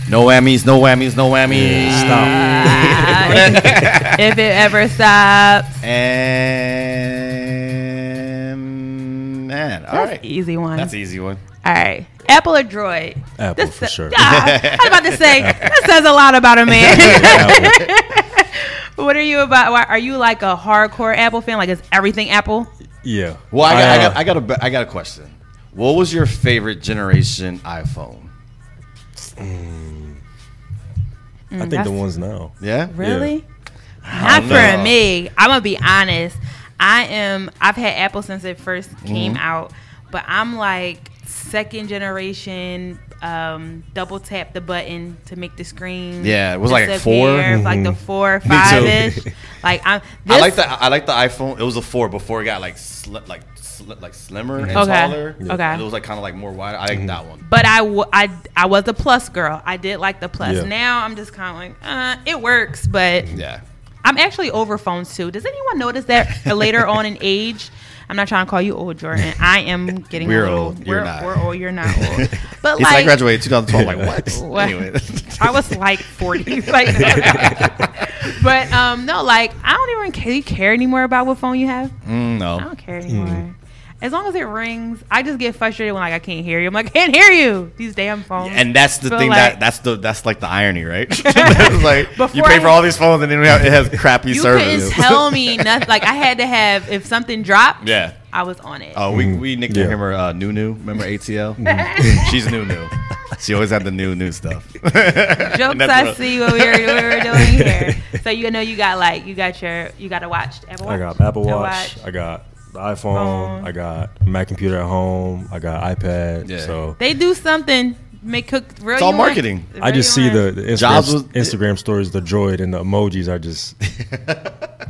B: No whammies, no whammies, no whammies.
A: Ah, if it ever stops,
B: And man, all
A: that's
B: right,
A: easy one.
B: that's an easy one.
A: All right. Apple or Droid?
C: Apple,
A: This-
B: Oh,
C: for sure.
A: Ah, I was about to say, that says a lot about a man.
C: Apple.
A: what are you about? why- Are you like a hardcore Apple fan? Like, is everything Apple?
C: Yeah.
B: Well, I got, I,
C: uh,
B: got, I got a, be- I got a question. What was your favorite generation iPhone?
C: I think the
A: Mm, that's-
C: ones now.
B: Yeah.
A: Really?
B: I
A: Not
B: don't
A: for
B: know.
A: me. I'm gonna be honest. I am. I've had Apple since it first
B: Mm-hmm.
A: came out, but I'm like second generation. Um, double tap the button to make the screen.
B: Yeah, it was like a four. Mm-hmm.
A: disappear, like the four, five ish. like I'm. This,
B: I like the I like the iPhone. It was a four before it got like sl- like sl- like slimmer and
A: Okay.
B: taller.
A: Yeah. Okay.
B: It was like kind of like more wide. I like that one.
A: But I, w- I, I was a plus girl. I did like the plus.
C: Yeah.
A: Now I'm just kind of like, uh, it works, but
B: Yeah.
A: I'm actually over phones too. Does anyone notice that later on in age? I'm not trying to call you old, Jordan. I am getting
B: We're
A: a little-
B: old. You're
A: we're,
B: not.
A: We're old. You're not old. But
B: He's like, I
A: like,
B: graduated 2012. Like what?
A: What?
B: anyway.
A: I was like 40. Like, but um, no, like I don't even really care anymore about what phone you have.
B: Mm,
A: I
B: no.
A: don't care anymore. As long as it rings, I just get frustrated when like I can't hear you. I'm like, I can't hear you. These damn phones.
B: And that's the
A: But,
B: thing
A: like-
B: that that's the that's like the irony, right? It's like you
A: Before
B: pay for
A: I-
B: all these phones and then we have, it has crappy
A: you
B: service.
A: couldn't tell me nothing. Like I had to have if something dropped.
B: Yeah.
A: I was on it.
B: Oh, we, we nicknamed
C: Yeah.
B: her uh, Nunu. Remember ATL? She's Nunu. She always had the new new stuff.
A: Jokes
B: that's
A: I
B: what-
A: see what we were, what we were doing here. So you know you got like you got your you got to watch Apple Watch.
C: I got Apple
A: A
C: Watch. I got the iPhone.
A: Phone.
C: I got Mac computer at home. I got iPad.
B: Yeah.
C: So
A: They do something make cook real. you
B: all
A: want.
B: marketing.
A: Real
C: I
A: you
C: just see the,
A: want.
C: the Instagram,
B: Jobs was-
C: Instagram stories, the droid and the emojis are just.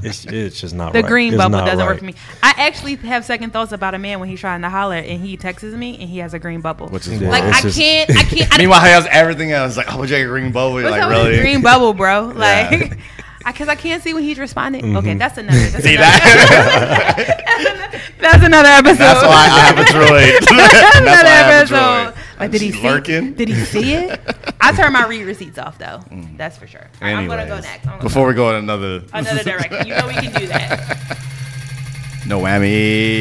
C: it's, it's just not
A: the
C: right.
A: green
C: It's
A: bubble
C: not
A: doesn't
C: right.
A: work for me. I actually have second thoughts about a man when he's trying to holler and he texts me and he has a green bubble.
B: Which is
C: Yeah.
A: like
B: wild.
C: It's
A: I
C: just-
A: can't I can't I
B: Meanwhile, he has everything else. Like, oh, Jay Green Bowl. You're
A: What's
B: like,
A: up with
B: really?
A: this green bubble, bro?
B: Yeah. Mm-hmm.
A: Like, I because I can't see when he's responding. Okay, that's another. That's
B: See
A: another,
B: that?
A: That's another episode.
B: That's why I have a droid.
A: That's
B: That's why I
A: another
B: have a
A: episode.
B: droid.
A: Like, did he
B: She's
A: see?
B: lurking?
A: Did he see it? I turned my read receipts off though. That's for sure. All right, I'm gonna go
B: Mm. Anyways,
A: next. I'm gonna
B: Before we go in another
A: go another direction. You know we can do that.
B: No whammies.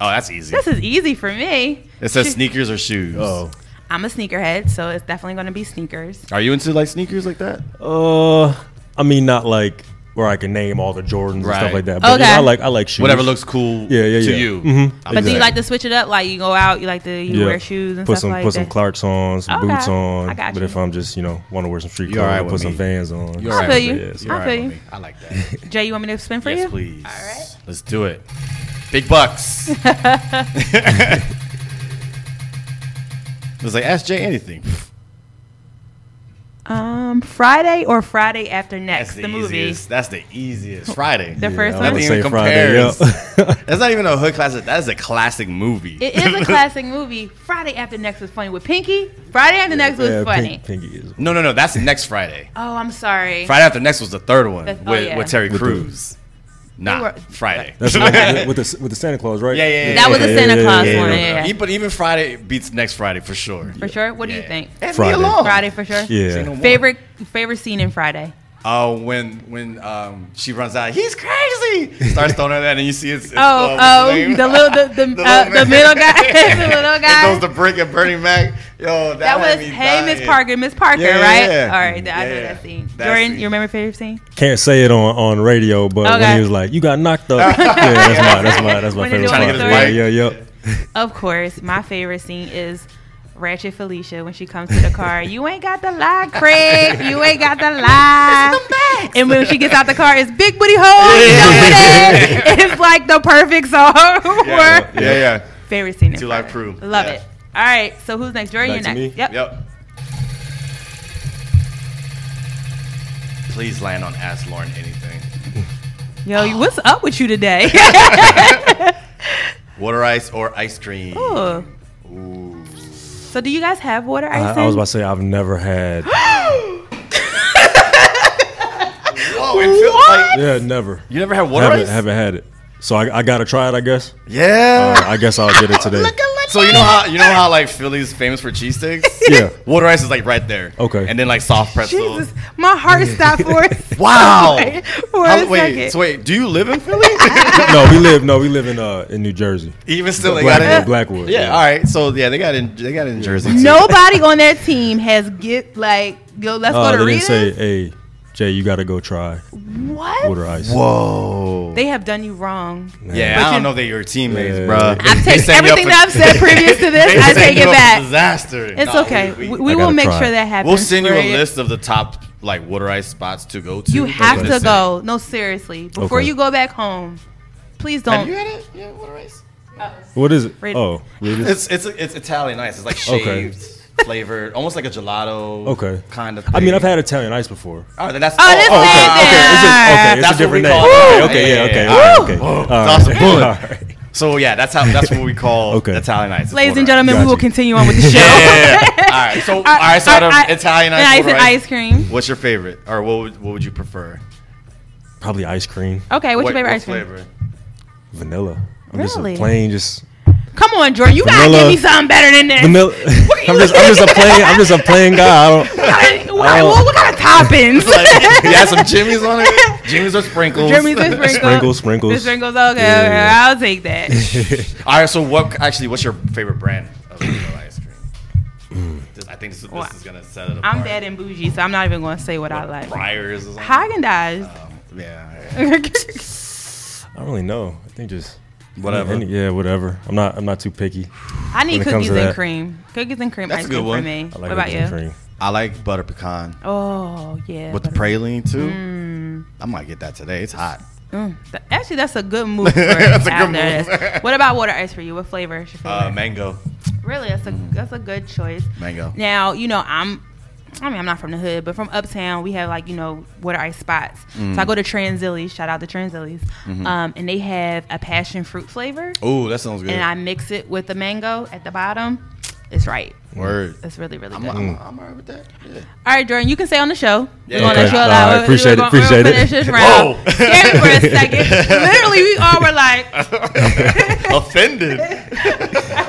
B: Oh, that's easy.
A: This is easy for me.
B: It says sneakers or shoes.
C: Oh.
A: I'm a sneakerhead, so it's definitely gonna be sneakers.
B: Are you into like sneakers like that?
C: Uh, I mean, not like where I can name all the Jordans and
B: Right.
C: stuff like that. But you know,
A: Okay.
C: I like I like shoes.
B: Whatever looks cool
C: Yeah, yeah,
B: to
C: yeah.
B: you.
C: Mhm.
B: I
A: But do you
B: that.
A: like to switch it up? Like you go out, you like to you
C: Yeah.
A: wear shoes and
C: put
A: stuff
C: some
A: like
C: put
A: that.
C: some Clarks on, some
A: Okay.
C: boots on.
A: I got
C: but
A: you.
C: if I'm just you know want to wear some street
B: You
C: clothes,
B: alright
C: I'll
B: with
C: put some
B: me.
C: Vans on.
B: You
A: I
B: alright
A: feel
B: with
A: you.
B: me.
C: Yes,
B: You
A: I
B: alright
A: feel
B: with
A: you.
B: me. I like that.
A: Jay, you want me to spin for
B: Yes,
A: you?
B: please. All
A: right.
B: Let's do it. Big bucks. it was like, ask Jay anything.
A: Um, Friday or Friday after
B: That's
A: next,
B: the,
A: the, movie.
B: easiest. That's the easiest. Friday.
A: The first
C: I
A: one.
C: would
B: Nothing
C: say
B: even
C: Friday.
B: compares.
C: yeah.
B: That's not even a hood classic. That is a classic movie.
A: It is a classic movie. Friday after next was funny with Pinky. Friday after next was
C: Yeah,
A: funny.
C: Pink- Pinky is.
B: no, no, no. That's next Friday.
A: Oh, I'm sorry.
B: Friday after next was the third one
A: The- oh,
B: with,
A: yeah.
B: with Terry
C: With the-
B: Crews. Nah,
A: were-
B: Friday.
C: That's the one with the with the Santa Claus, right?
B: Yeah, yeah, yeah,
A: That was a
B: Yeah,
A: Santa
C: yeah,
A: Claus
C: yeah,
A: one.
C: yeah.
A: Yeah,
B: E-
A: yeah.
B: But even Friday beats next Friday for sure.
A: For sure. What do you
B: Yeah.
A: think?
B: And
C: Friday.
B: Leave me alone.
A: Friday for sure.
B: Say
C: Yeah.
B: no more.
A: Favorite favorite scene in Friday.
B: Oh, when when um, she runs out, he's crazy. Starts throwing her that, and you see it's, it's
A: Oh,
B: uh, what's his
A: oh,
B: name?
A: the little the the,
B: The
A: uh,
B: little
A: the
B: man.
A: middle guy, the little
B: And
A: guy.
B: throws the brick at Bernie Mac. Yo, that,
A: that was
B: had me
A: hey, Miss
B: dying.
A: Parker, Miss Parker,
B: Yeah, yeah,
A: right?
B: yeah.
A: All right, I know
B: Yeah,
A: that scene.
B: that
A: Jordan,
B: scene.
A: you remember favorite scene?
C: Can't say it on, on radio, but when
A: Okay.
C: he was like, "You got knocked up," yeah, that's my that's my that's my
A: When he
C: favorite
A: doing
C: part.
A: his
C: Yeah,
B: story.
C: yeah, yeah.
A: Of course, my favorite scene is Ratchet Felicia when she comes to the car. You ain't got the lie, Craig. You ain't got the lie. And when she gets out the car, it's big booty hole. You know it is. It's like the perfect song.
B: Yeah,
A: for
B: yeah, yeah.
A: Favorite scene. in
B: Two Live
A: Friday.
B: Crew.
A: Love
B: Yeah.
A: it. All right. So who's next? Jordan,
C: Back
A: you're
C: to
A: next.
C: me?
A: Yep.
B: Yep. Please land on Ask Lauren anything.
A: Yo, what's up with you today?
B: Water ice or ice cream?
A: Ooh.
B: Ooh.
A: so do you guys have water ice?
C: I, I was about to say I've never had.
B: Oh, it feels like
C: Yeah, never.
B: you never had water
C: Haven't
B: ice. Oh.
C: haven't had it. So I, I gotta try it. I guess.
B: Yeah.
C: Uh, I guess I'll get it today.
B: so you know how you know how like Philly's famous for cheesesteaks?
C: Yeah.
B: Water ice is like right there.
C: Okay.
B: And then like soft pretzel.
A: Jesus, my heart stopped for
B: Wow.
A: for
B: How-
A: a
B: wait,
A: second.
B: so wait, do you live in Philly?
C: no, we live no, we live in uh in New Jersey.
B: Even still, they
C: Black-
B: got it.
C: Blackwood,
B: Yeah,
C: yeah.
B: All right. So yeah, they got it in they got it in Jersey. Too.
A: Nobody on that team has get like yo. Let's
C: Uh,
A: go
C: they
A: to
C: didn't
A: Rita's.
C: say, "Hey, Jay, you gotta go try
A: what?
C: water ice."
B: Whoa.
A: They have done you wrong.
B: Yeah, I don't know that you're teammates,
C: Yeah.
B: bro.
C: I've
A: I've taken everything that I've said previous to this. I take it back.
B: Disaster.
A: It's
B: No,
A: okay. We,
B: we- we-
A: we
C: I
A: will
C: gotta
A: make
C: try.
A: sure that happens.
B: We'll send you a
A: We're-
B: list of the top like water ice spots to go to.
A: You have
B: Okay.
A: to go. No, seriously. Before
C: Okay.
A: you go back home, please
B: Have
A: don't.
B: you had it? Yeah, water ice.
C: What is it?
A: Rid-
C: Oh, Rid-
B: It's it's it's Italian ice. It's like
C: Okay.
B: shaved, flavored, almost like a gelato.
C: Okay.
B: Kind of.
C: I mean,
B: thing.
C: I've had Italian ice before.
B: Oh, then that's.
A: Oh, this
B: oh,
A: man
B: okay, okay.
A: there.
C: It's just, Ah, okay,
B: That's
C: it's a
B: what
C: different
B: we
C: name.
B: call it.
C: Okay,
B: Yeah,
C: yeah, okay.
B: yeah,
C: all right,
B: yeah.
C: okay.
B: Woo!
C: All
B: That's a
C: right,
B: bullet.
C: all right.
B: So yeah, that's how that's what we call
C: Okay.
B: Italian ice. It's
A: Ladies and
B: water ice.
A: gentlemen, we will
C: Gotcha.
A: continue on with the show.
B: Yeah. yeah, yeah. all right. So all right. So out of
A: I- I-
B: Italian ice,
A: and ice
B: water
A: and ice cream.
B: What's your favorite, or what would, what would you prefer?
C: Probably ice cream,
A: Okay, what's
B: What-
A: your favorite
B: what
A: ice cream?
B: flavor?
C: vanilla. I'm just a
A: Really?
C: plain, just
A: Come on, Jordan, you gotta
C: Vanilla-
A: give me something better than this.
C: vanilla.
A: What are you
C: I'm just, I'm just a plain, I'm just a plain guy. I don't,
A: What kind of, what,
C: Oh.
A: what, what kind of toppings?
B: Like, you had some jimmies on it. Jimmies or sprinkles.
A: Jeremy's the sprinkles.
C: Sprinkles, sprinkles.
A: The sprinkles. Okay,
C: Yeah,
A: okay,
C: yeah.
A: I'll take that.
B: All right. So what? Actually, what's your favorite brand of vanilla ice cream? This- I think this, is-
A: Well,
B: this is gonna set it apart.
A: I'm bad and bougie, so I'm not even gonna say what I like.
B: Friars. or something?
A: Haagen Dazs.
B: Um, yeah. yeah.
C: I don't really know. I think just
B: Whatever.
C: any- yeah, whatever. I'm not, I'm not too picky.
A: I need
C: When it comes
A: cookies
C: to
A: and
C: that-
A: cream. Cookies and cream
B: That's
A: ice
B: a good
A: cream for
B: one.
A: me.
C: I
A: what
C: like
A: about
C: cookies
A: you?
C: and cream.
B: I like butter pecan
A: Oh yeah.
B: with the
A: butter-
B: praline too. I might get that today. It's hot.
A: Mm, th- Actually, that's a good move. For
B: That's a good
A: after
B: move.
A: this. What about water ice for you? What flavor is your favorite?
B: Uh, mango.
A: really, that's a that's a good choice.
B: Mango.
A: Now, you know, I'm I mean, I'm not from the hood, but from uptown, we have like, you know, water ice spots.
B: Mm.
A: So I go to Transillies, shout out to Transillies.
B: Mm-hmm.
A: Um, and they have a passion fruit flavor.
B: Oh, that sounds good.
A: And I mix it with the mango at the bottom. It's right.
B: Word.
A: It's really, really
B: I'm,
A: good.
B: I'm, I'm all right with that. Yeah.
A: All right, Jordan, you can stay on the show. We're
B: Yeah.
A: gonna
B: Okay.
A: let you
B: All
A: allow
C: right,
A: we're-
C: appreciate
A: we're gonna-
C: it, appreciate
A: we're
C: it.
A: gonna Finish this round.
B: Whoa.
A: Scared me for a second. Literally, we all were like,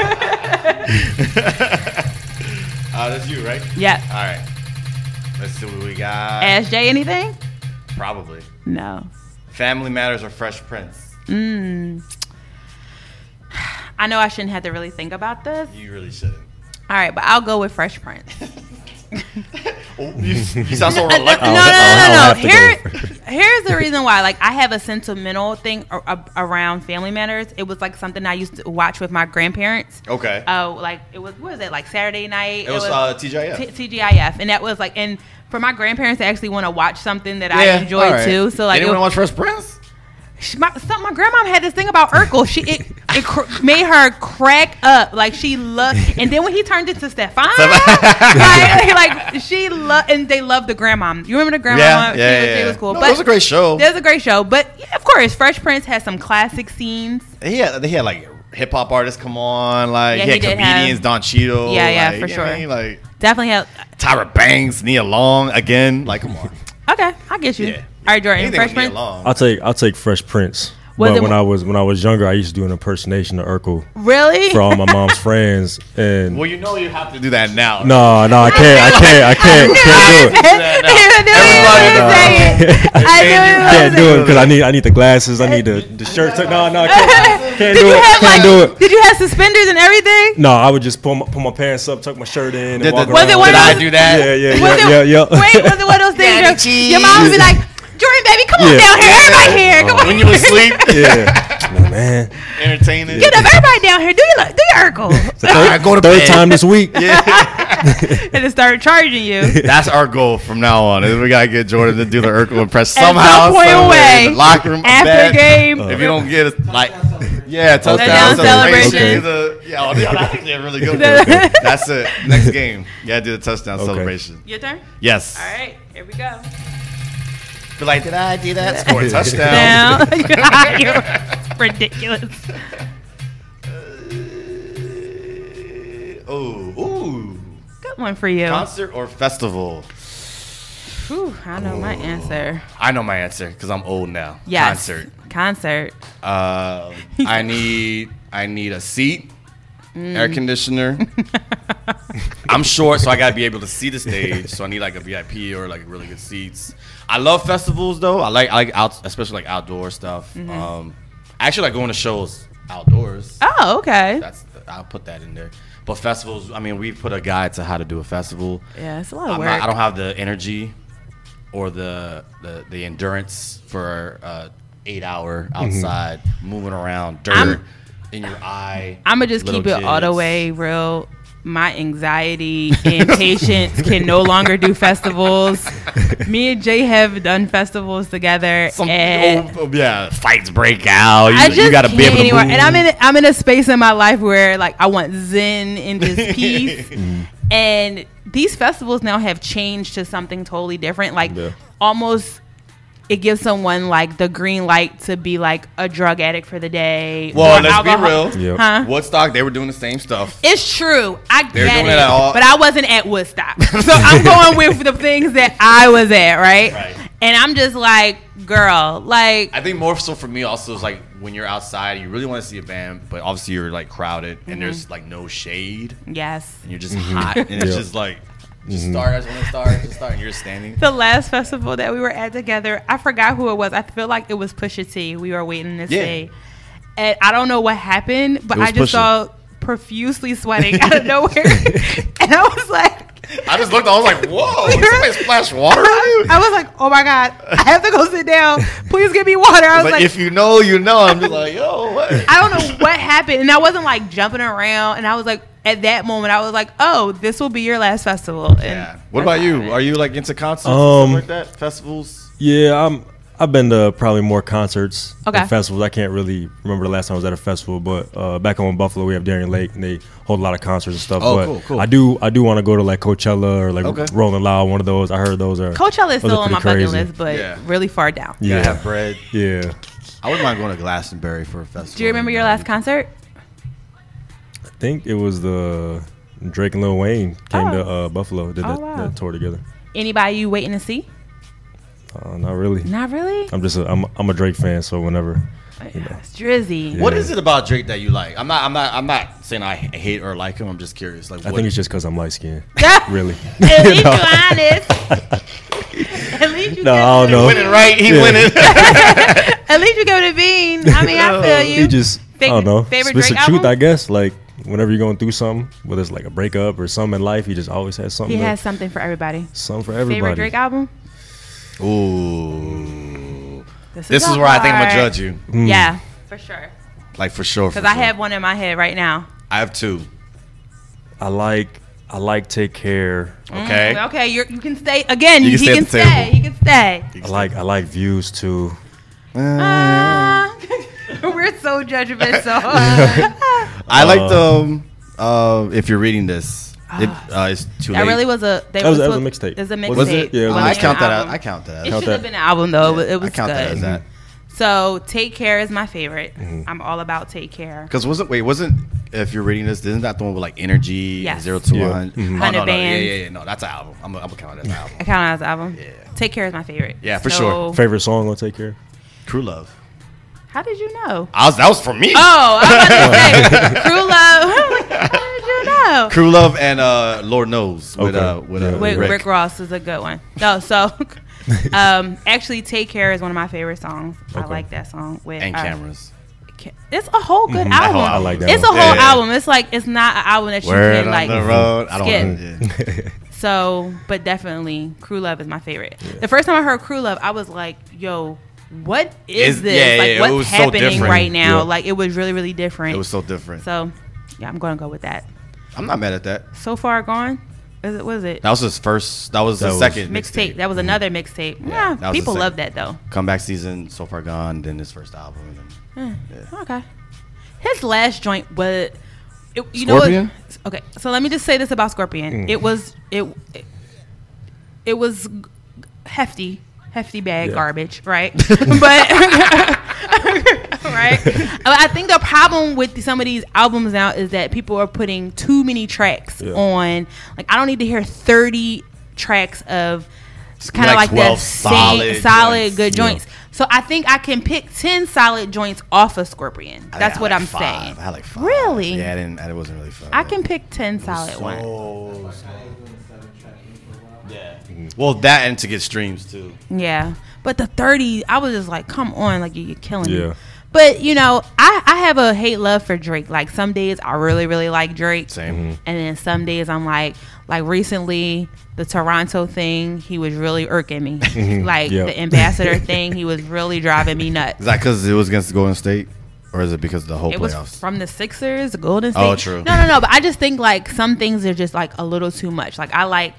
B: Offended. uh, that's you, right?
A: "Yeah."
B: All right. Let's see what we got.
A: Ask Jay anything?
B: Probably.
A: No.
B: Family Matters or Fresh Prince?
A: Mm. I know I shouldn't have to really think about this.
B: You really shouldn't.
A: All right, but I'll go with Fresh Prince.
B: Oh, you, you sound so
A: no, no,
B: reluctant.
A: no,
C: I'll
A: no, no.
C: have to
A: Here,
C: go
A: here's the reason why. Like, I have a sentimental thing a- a- around Family Matters. It was like something I used to watch with my grandparents.
B: Okay.
A: Oh, like it was. What was it? Like Saturday night.
B: it was uh, TJF.
A: T- TGIF, and that was like, and for my grandparents to actually want to watch something that I enjoyed too. So like, it,
B: anyone watch Fresh Prince?
A: she- my, some, my grandma had this thing about Urkel. She it, it cr- made her crack up. Like she loved, and then when he turned into Stefan, like, like she loved, and they loved the grandma. You remember the grandma? she was, she was cool.
B: No,
A: but
B: it was a great show.
A: It was a great show, but yeah, of course, Fresh Prince has some classic scenes.
B: He had, they had like hip hop artists come on, like
A: Yeah,
B: he
A: he
B: had
A: did
B: comedians,
A: have-
B: Don Cheadle,
A: Yeah, yeah,
B: like,
A: for
B: you know what
A: sure.
B: I mean? like
A: Definitely have.
B: Tyra Banks, Nia Long again, like come on,
A: Okay, I get you.
B: yeah.
A: All right, Jordan.
B: Anything
A: Fresh
B: with Nia
A: Prince.
B: Long.
C: I'll take, I'll take Fresh Prince.
A: Was it-
C: but when I was when I was younger, I used to do an impersonation of Urkel
A: Really?
C: for all my mom's friends. And
B: well, you know you have to do that now.
C: no, no, I can't, I can't, I can't, can't do it.
B: that now.
A: Oh, I knew you were gonna say it. I knew you were gonna
C: Can't
A: say it.
C: do it because I need, I need the glasses, I need the, the shirt. tucked- No, no, I can't, can't
A: Did
C: do
A: you
C: it,
A: have
C: can't do it.
A: like? Did you have suspenders and everything?
C: No, I would just pull my, pull my pants up, tuck my shirt in, and
B: Did,
C: walk
B: the-
C: around.
A: Was it one
B: did
A: of
B: I
A: those-
B: do that?
C: yeah, yeah,
A: was
C: yeah, yeah,
A: it,
C: yeah.
A: Wait, was it one of those things?
B: Daddy
A: Your, your mom would be like, Jordan, baby, come on
C: Yeah.
A: down here. Everybody here. Come on.
B: Oh, When you were asleep,
C: yeah, No, man.
B: entertaining.
A: Get up, everybody down here. Do your, do your Urkel.
C: It's the third,
B: right, go to
C: third
B: bed.
C: time this week.
A: and it started charging you.
B: That's our goal from now on. Is we gotta get Jordan to do the Urkel impress
A: At some
B: somehow,
A: point
B: some way,
A: away,
B: in the locker room,
A: after
B: bed.
A: game.
B: If you don't get it, like, yeah, touchdown
A: Touchdown
B: celebration.
A: celebration.
B: The- yeah, oh, yeah, that's actually a really good.
A: Okay,
B: one. That's it. Next game, yeah, do the touchdown
C: Okay.
B: celebration.
A: Your turn.
B: Yes.
A: All right, here we go.
B: Be like, did I do that? Score a touchdown.
A: Now you're ridiculous.
B: Ooh, ooh.
A: Good one for you.
B: Concert or festival?
A: Whew, I know
B: Oh.
A: my answer.
B: I know my answer because I'm old now.
A: Yes.
B: Concert.
A: Concert.
B: Um, I need I need a seat,
A: Mm.
B: air conditioner. I'm short, so I gotta be able to see the stage. So I need like a VIP or like really good seats. I love festivals though. I like I like out, especially like outdoor stuff. Um, I actually like going to shows outdoors.
A: Mm-hmm. Oh, okay.
B: That's I'll put that in there. But festivals, I mean, we put a guide to how to do a festival.
A: Yeah, it's a lot of
B: I'm
A: work.
B: not, I don't have the energy or the the, the endurance for uh, eight hour outside, moving around, dirt
A: Mm-hmm. I'm-
B: in your eye.
A: I'm gonna just keep it
B: little
A: all the
B: kids.
A: way real. My anxiety and patience can no longer do festivals. Me and Jay have done festivals together,
B: Some,
A: and
B: oh, yeah, fights break out. You,
A: I just
B: you gotta
A: can't
B: be able to
A: anymore.
B: move.
A: And I'm in I'm in a space in my life where like I want zen and just peace.
B: Mm-hmm.
A: and these festivals now have changed to something totally different. Like
C: Yeah.
A: almost it gives someone like the green light to be like a drug addict for the day.
B: Well,
A: or
B: let's
A: alcohol-
B: be real.
C: Yep.
A: Huh?
B: Woodstock, they were doing the same stuff.
A: It's true. I
B: They're
A: get
B: doing
A: it.
B: it at all-
A: But I wasn't at Woodstock. So I'm going with the things that I was at, right?
B: Right.
A: And I'm just like, girl, like
B: I think more so for me also is like when you're outside, you really want to see a band, but obviously you're like crowded and
A: Mm-hmm.
B: there's like no shade
A: yes.
B: and you're just hot and it's
C: Yeah.
B: just like just start as one start, just start and you're standing.
A: The last festival that we were at together, I forgot who it was. I feel like it was Pusha T. We were waiting to
B: Yeah.
A: see. And I don't know what happened, but
C: It was
A: I just
C: Pusha.
A: saw profusely sweating out of nowhere. and I was like,
B: I just looked, I was like, whoa, did somebody splash water on you?
A: I was like, oh my God, I have to go sit down. Please give me water. I was
B: But
A: like,
B: if you know, you know. I'm just like, yo, what?
A: I don't know what happened. And I wasn't like jumping around. And I was like, at that moment, I was like, oh, this will be your last festival. And
B: yeah. What about you? Are you like into concerts or
C: Um,
B: something like that? Festivals?
C: Yeah, I'm. I've been to probably more concerts
A: Okay.
C: than festivals. I can't really remember the last time I was at a festival, but uh, back home in Buffalo, we have Darien Lake, and they hold a lot of concerts and stuff.
B: Oh,
C: but
B: cool, cool.
C: I do, I do want to go to like Coachella or like
B: Okay.
C: Rolling Loud, one of those. I heard those are
A: Coachella is
C: those are
A: still on
C: pretty
A: my bucket
C: crazy.
A: list, but
B: Yeah.
A: really far down.
B: Yeah.
C: Yeah,
B: have bread.
C: yeah.
B: I wouldn't mind going to Glastonbury for a festival.
A: Do you remember your last concert?
C: I think it was the Drake and Lil Wayne came to
A: Oh.
C: uh, Buffalo, did
A: Oh,
C: that,
A: wow.
C: that tour together.
A: Anybody you waiting to see?
C: Uh, not really.
A: Not really.
C: I'm just, a, I'm, I'm a Drake fan, so whenever. you know.
A: It's Drizzy.
B: What
C: Yeah.
B: is it about Drake that you like? I'm not. I'm not. I'm not saying I h- hate or like him. I'm just curious. Like,
C: I
B: what,
C: think it's just because I'm light skinned.
A: At
C: really.
A: least you're honest. At least you
C: No, I
A: give it a
C: don't know.
A: bean.
B: winning, right? He
C: Yeah.
B: winning.
A: At least you give it a bean. I mean, I feel you.
C: He just, I
A: Favorite-
C: don't know.
A: favorite
C: it's the
A: Drake
C: truth,
A: album?
C: I guess. Like, whenever you're going through something, whether it's like a breakup or something in life, he just always has something.
A: he
C: to-
A: has something for everybody.
C: something for
A: Favorite
C: everybody.
A: Drake album?
B: Ooh. This is where I think I'm gonna
A: hard.
B: judge you.
C: Hmm.
A: Yeah, for sure.
B: Like for sure.
A: Because I have Mm, one in my head right now.
B: I have two.
C: I like, I like Take Care.
B: Okay.
A: Okay, you're, you can stay again. he
B: You can stay at
A: can
B: the table.
A: stay. He can stay.
C: I like, I like Views too.
A: Ah.
B: Uh.
A: we're so judgmental. that
B: I like the. um, Uh, if you're reading this, it, uh, it's too late.
A: really was a. Ah. That
C: was- that was a mixtape.
A: It's a mixtape.
B: was it?
C: Yeah, it was
B: I
C: like
A: an
B: count that. Out.
A: album.
B: I count that.
A: It
B: Out.
A: should
C: that.
A: have been an album though. but It was
B: I count
A: good.
B: that as that.
A: So take care is my favorite. I'm all about take care.
B: Because wasn't wait wasn't if you're reading this isn't that the one with like energy
A: Yes.
B: zero to
C: Yeah.
B: one
C: Mhm.
B: oh, no, no,
A: Hundred
B: yeah
A: bands.
B: yeah yeah no that's an album I'm gonna count that as an album
A: I count it as an album.
B: Yeah.
A: Take care is my favorite.
B: Yeah, for
A: So-
B: sure.
C: Favorite song on Take Care?
B: True Love
A: How did you know?
B: I was that was for me
A: Oh, I was about to say Crew Love. I'm like, How did you know?
B: Crew Love and uh, Lord Knows with
C: Okay.
B: uh, with, uh,
C: Yeah.
A: Wait,
B: Rick.
A: Rick. Ross is a good one. No, so um, actually, "Take Care" is one of my favorite songs. I
C: Okay.
A: like that song. With
B: and Mm-hmm.
A: uh,
B: cameras.
A: Ca- it's a whole good
B: whole
A: album.
B: album.
C: I like that
A: It's a
C: one.
A: whole
B: Yeah, yeah.
A: album. It's like it's not an album that you
B: Word
A: can
B: on
A: like
B: the road. I
A: skip.
B: don't. yeah.
A: So, but definitely, Crew Love is my favorite. The first time I heard Crew Love, I was like, yo, what is
B: It's-
A: this?
B: yeah,
A: like,
B: yeah, it
A: what's
B: was so
A: happening
B: different.
A: right now?
C: Yeah.
A: Like, it was really, really different.
B: It was so different.
A: so, yeah, I'm going to go with that.
B: I'm not mad at that.
A: So far gone, is it, was it?
B: That was his first. That was
C: That
B: the
C: was-
B: second
A: mixtape. That was another mixtape. Yeah,
B: that was the
A: people
B: second.
A: love that, though.
B: comeback season. So far gone. Then his first album. And then,
A: Okay. His last joint was, it, you know,
B: Scorpion?
A: what- okay. So let me just say this about Scorpion.
C: Mm.
A: It was it, it, it was g- hefty, hefty bag
C: Yeah.
A: garbage, right? but right. I I think the problem with some of these albums now is that people are putting too many tracks
C: Yeah.
A: on. Like I don't need to hear thirty tracks of. Kind of
B: like
A: like, that
B: 12
A: same
B: solid
A: solid,
B: joints.
A: good
C: Yeah.
A: joints. So I think I can pick ten solid joints off of Scorpion.
B: I think
A: That's
B: I
A: what
B: like
A: I'm
B: five.
A: saying.
B: I had like five.
A: Really?
B: Yeah, I didn't. It wasn't really fun.
A: I can pick ten solid ones.
B: So. Yeah. Well, that and to get streams too.
A: Yeah, but the thirty, I was just like, come on, like you- you're killing me.
C: Yeah.
A: But you know, I, I have a hate love for Drake. Like some days I really really like Drake,
B: Same.
A: and then some days I'm like, like recently the Toronto thing, he was really irking me. Like
C: Yeah.
A: the ambassador thing, he was really driving me nuts.
B: Is that because it was against Golden State, or is it because of the whole
A: It was
B: playoffs?
A: from the Sixers, the Golden State.
B: Oh, true.
A: No, no, no. But I just think like some things are just like a little too much. Like I like,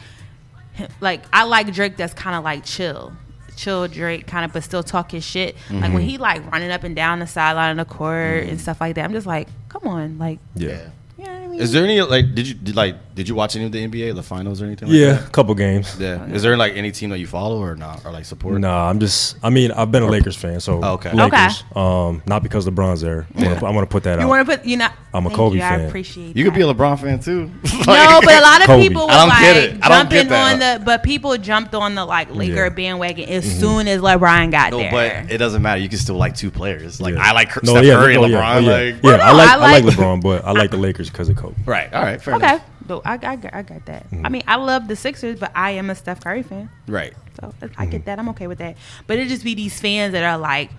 A: like I like Drake that's kind of like chill, chill Drake kind of, but still talk his shit. Like when he like running up and down the sideline of the court and stuff like that. I'm just like, come on, like
C: Yeah.
A: you know what I mean.
B: Is there any like did you did, like did you watch any of the NBA the finals or anything? Like
C: Yeah,
B: that?
C: a couple games.
A: Oh,
B: Yeah. Is there like any team that you follow or not or like support?
C: Nah, I'm just. I mean, I've been a Lakers fan, so
B: Oh, okay.
C: Lakers. Um, not because LeBron's there. I'm gonna, I'm gonna put that
A: you
C: out.
A: want to put you know?
C: I'm a
A: Thank
C: Kobe
A: you, I
C: fan.
A: appreciate
B: You could
A: that.
B: be a LeBron fan too.
A: No,
B: Like-
A: but a lot of
C: Kobe.
A: people were
B: I don't
A: like
B: get it. I don't
A: jumping
B: get that.
A: on the, but people jumped on the like Laker
C: Yeah.
A: bandwagon as soon as LeBron got
B: No,
A: there.
B: but it doesn't matter. You can still like two players. Like
C: Yeah.
B: I like Cur-
C: No,
B: Steph
C: yeah,
B: Curry,
C: no,
B: and
C: yeah,
B: LeBron.
C: oh, yeah.
B: Like
A: no,
C: yeah, I like
A: I
C: I like
A: like-
C: LeBron, but I like the Lakers because of Kobe.
B: right. All right. Fair
A: Okay.
B: enough.
A: Though I, I, I got that. I mean, I love the Sixers, but I am a Steph Curry fan.
B: Right.
A: So I- I get that. I'm okay with that. But it just be these fans that are like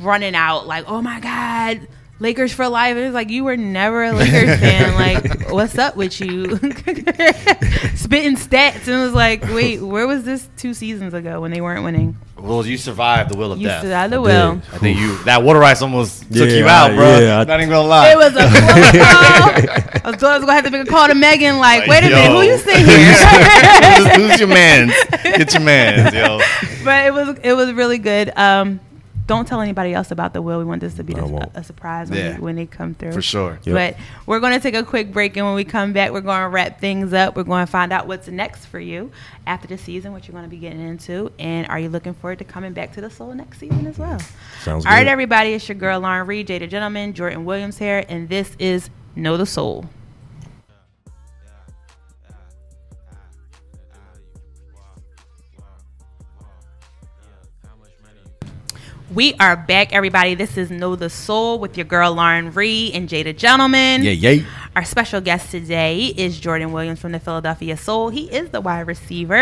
A: running out, like, oh my God, Lakers for life. It's like, you were never a Lakers fan. Like, what's up with you? Spitting stats. And it was like, wait, where was this two seasons ago when they weren't winning?
B: Well, you survived the will of
A: You
B: death.
A: stood out of the will.
B: I think you that water ice almost took
C: Yeah,
B: you out,
C: I-
B: bro.
C: yeah, I-
B: Not even gonna lie.
A: It was a close call. I was going to have to make a call to Megan, like, wait a minute, who you see here?
B: Who's- Who's your man? Get your man, yo.
A: but it was it was really good. Um, don't tell anybody else about the will. We want this to be
C: I
A: a,
C: won't.
A: a surprise when,
B: Yeah.
A: we, when they come through.
B: For sure.
C: Yep.
A: But we're going to take a quick break, and when we come back, we're going to wrap things up. We're going to find out what's next for you after the season, what you're going to be getting into, and are you looking forward to coming back to the Soul next season as well?
C: Sounds
A: All right,
C: good.
A: everybody, it's your girl Lauren Reed, Jada Gentleman, Jordan Williams here, and this is Know the Soul. We are back, everybody. This is Know the Soul with your girl Lauren Reed and Jada Gentleman.
B: Yeah, yeah.
A: Our special guest today is Jordan Williams from the Philadelphia Soul. He is the wide receiver.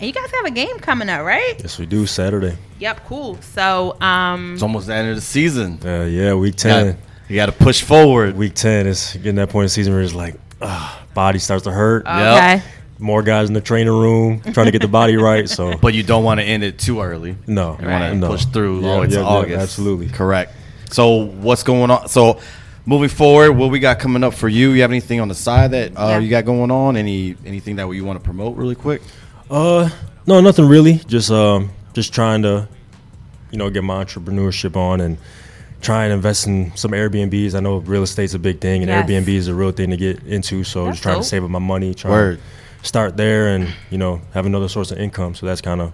A: And you guys have a game coming up, right?
C: Yes, we do Saturday.
A: Yep, cool. So, um,
B: It's almost the end of the season.
C: Uh, yeah, week
B: You
C: ten.
B: gotta, you gotta push forward.
C: Week ten is getting that point in the season where it's like, ah, body starts to hurt.
A: Uh.
B: Yep.
A: okay.
C: More guys in the training room trying to get the body right. So
B: but you don't want to end it too early.
C: no,
B: You want to
C: no.
B: push through all the
C: Yeah,
B: way to
C: yeah, yeah,
B: August.
C: absolutely.
B: correct. So what's going on? So moving forward, what we got coming up for you? You have anything on the side that uh,
A: Yeah.
B: you got going on? Any anything that you want to promote really quick?
C: Uh, no, nothing really. Just um, just trying to, you know, get my entrepreneurship on and try and invest in some Airbnbs. I know real estate's a big thing, and
A: Yes.
C: Airbnb is a real thing to get into. So
A: That's
C: just trying
A: dope.
C: to save up my money, trying
B: Word.
C: to start there, and you know, have another source of income. So that's kind of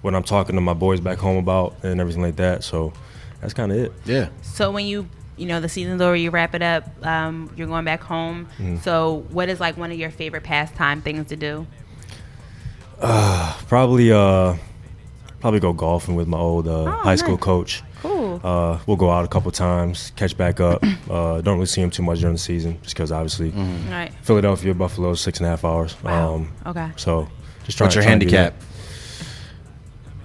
C: what I'm talking to my boys back home about and everything like that. So that's kind of it.
B: Yeah.
A: So, when you, you know, the season's over, you wrap it up, um, you're going back home.
B: Mm-hmm.
A: So, what is like one of your favorite pastime things to do?
C: Probably uh, probably go golfing with my old uh, high school
A: Oh, nice.
C: coach.
A: Cool.
C: Uh, we'll go out a couple times, catch back up. Uh, don't really see him too much during the season, just because obviously
B: Mm-hmm.
A: All right.
C: Philadelphia, Buffalo, is six and a half hours. Um,
A: Wow. Okay.
C: So just trying.
B: What's your
C: trying to do
B: handicap?
C: that.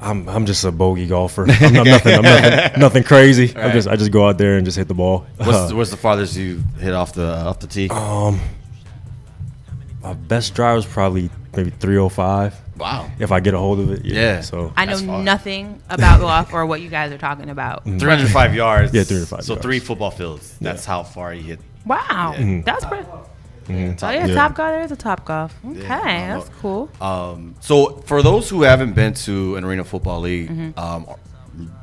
C: I'm I'm just a bogey golfer. I'm not, nothing. I'm nothing. Nothing crazy. I just I just go out there and just hit the ball.
B: What's, what's the farthest you hit off the off the tee?
C: my Uh, best drive is probably maybe 305
B: wow.
C: if I get a hold of it.
B: Yeah.
C: So
A: I know
B: That's far.
A: nothing about golf or what you guys are talking about.
B: 305 yards.
C: Yeah, 305
B: So
C: yards.
B: three football fields. That's how far you hit.
A: Wow.
B: Mm-hmm. Yeah.
A: That's pretty. Oh,
B: Top.
A: yeah,
C: Yeah.
A: Top Golf. There is a Top Golf. Okay.
B: I know.
A: that's cool.
B: Um, so for those who haven't been to an arena football league,
A: Mm-hmm.
B: um, are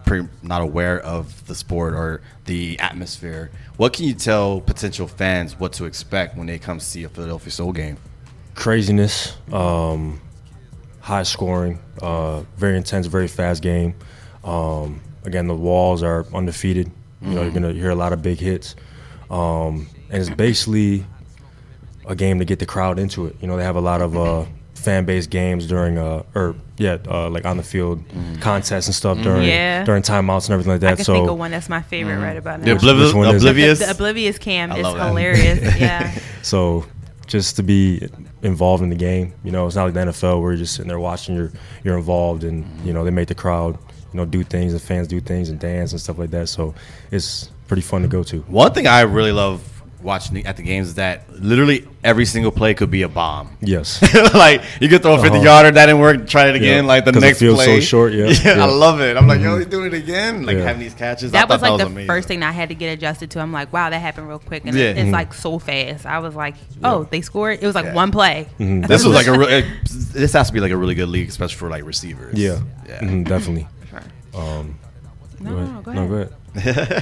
B: pretty not aware of the sport or the atmosphere, what can you tell potential fans what to expect when they come see a Philadelphia Soul game?
C: craziness, um, high scoring, uh, very intense, very fast game. Um, again, the walls are undefeated. You know, you're gonna hear a lot of big hits, um, and it's basically a game to get the crowd into it. You know, they have a lot of uh, fan based games during, uh, or yeah, uh, like on the field contests and stuff during
A: Yeah.
C: during timeouts and everything like
A: I
C: that.
A: can
C: so
A: think of one that's my favorite right about now.
C: Which one is it?
B: Mm-hmm. oblivious.
A: The, the oblivious cam
B: I
A: is
B: love that.
A: hilarious. yeah.
C: So just to be involved in the game, you know, it's not like the NFL where you're just sitting there watching. You're you're involved, and you know they make the crowd you know, do things and fans do things and dance and stuff like that. So it's pretty fun to go to.
B: One thing I really love watching the- at the games is that literally every single play could be a bomb.
C: Yes.
B: like you could throw a 50
C: Uh-huh.
B: yarder, that didn't work. Try it again.
C: Yeah,
B: Like the
C: 'cause the
B: next
C: field's so
B: play,
C: short, yeah, yeah. Mm-hmm.
B: I love it. I'm like, yo, he's doing it again. Like
C: Yeah.
B: having these catches. I
A: That was
B: thought
A: like the
B: amazing.
A: first thing that I had to get adjusted to. I'm like, wow, that happened real quick, and
B: Yeah.
A: it, it's
B: Mhm.
A: like so fast. I was like, oh, they scored. It was like
B: Yeah. Mm-hmm.
A: one play.
B: This was like a real. This has to be like a really good league, especially for like receivers.
C: Yeah.
B: Yeah.
C: Mhm, definitely.
A: Sure.
C: Um,
A: No, no, Oh, go ahead.
C: No, go ahead.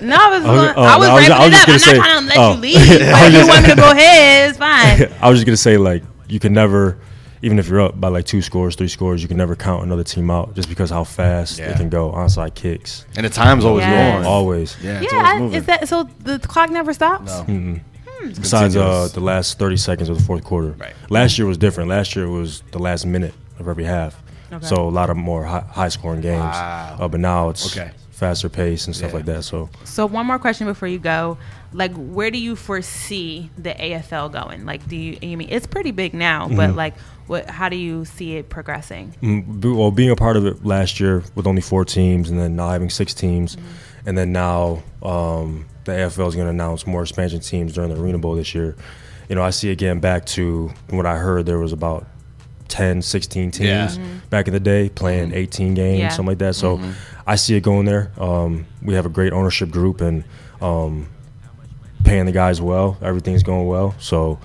A: No, I was,
C: I was-
A: gonna-
C: oh,
A: I was
C: no, I was-
A: ramping it up.
C: I was
A: I'm
C: just
A: not
C: gonna
A: trying to let
C: say-
A: you
C: oh.
A: leave. Like, if you want me to go ahead, it's fine.
C: I was just gonna say like you can never, even if you're up by like two scores, three scores, you can never count another team out just because how fast
B: Yeah.
C: they can go onside kicks.
B: And the time's always
A: Yes.
B: going.
C: Always.
B: Yeah.
A: Yeah,
B: It's always
A: I-
B: moving.
A: is that so? The clock never stops.
B: No.
C: Besides uh,
B: Continuous.
C: the last 30 seconds of the fourth quarter.
B: Right.
C: Last year was different. Last year was the last minute of every half.
A: Okay.
C: So a lot of more high, high scoring games.
B: Wow.
C: Uh, but now it's
B: Okay.
C: faster pace and stuff
B: Yeah.
C: like that. So
A: So one more question before you go. Like, where do you foresee the AFL going? Like, do you? I mean, it's pretty big now,
C: Mm-hmm.
A: but like, what? How do you see it progressing?
C: Mm, be- well, being a part of it last year with only four teams, and then now having six teams, and then now um, the AFL is going to announce more expansion teams during the Arena Bowl this year. You know, I see again back to what I heard there was about 10, 16 teams
B: Yeah.
C: back in the day playing 18 games,
A: Yeah.
C: something like that. So I see it going there. Um, we have a great ownership group, and um, paying the guys well. Everything's going well. So,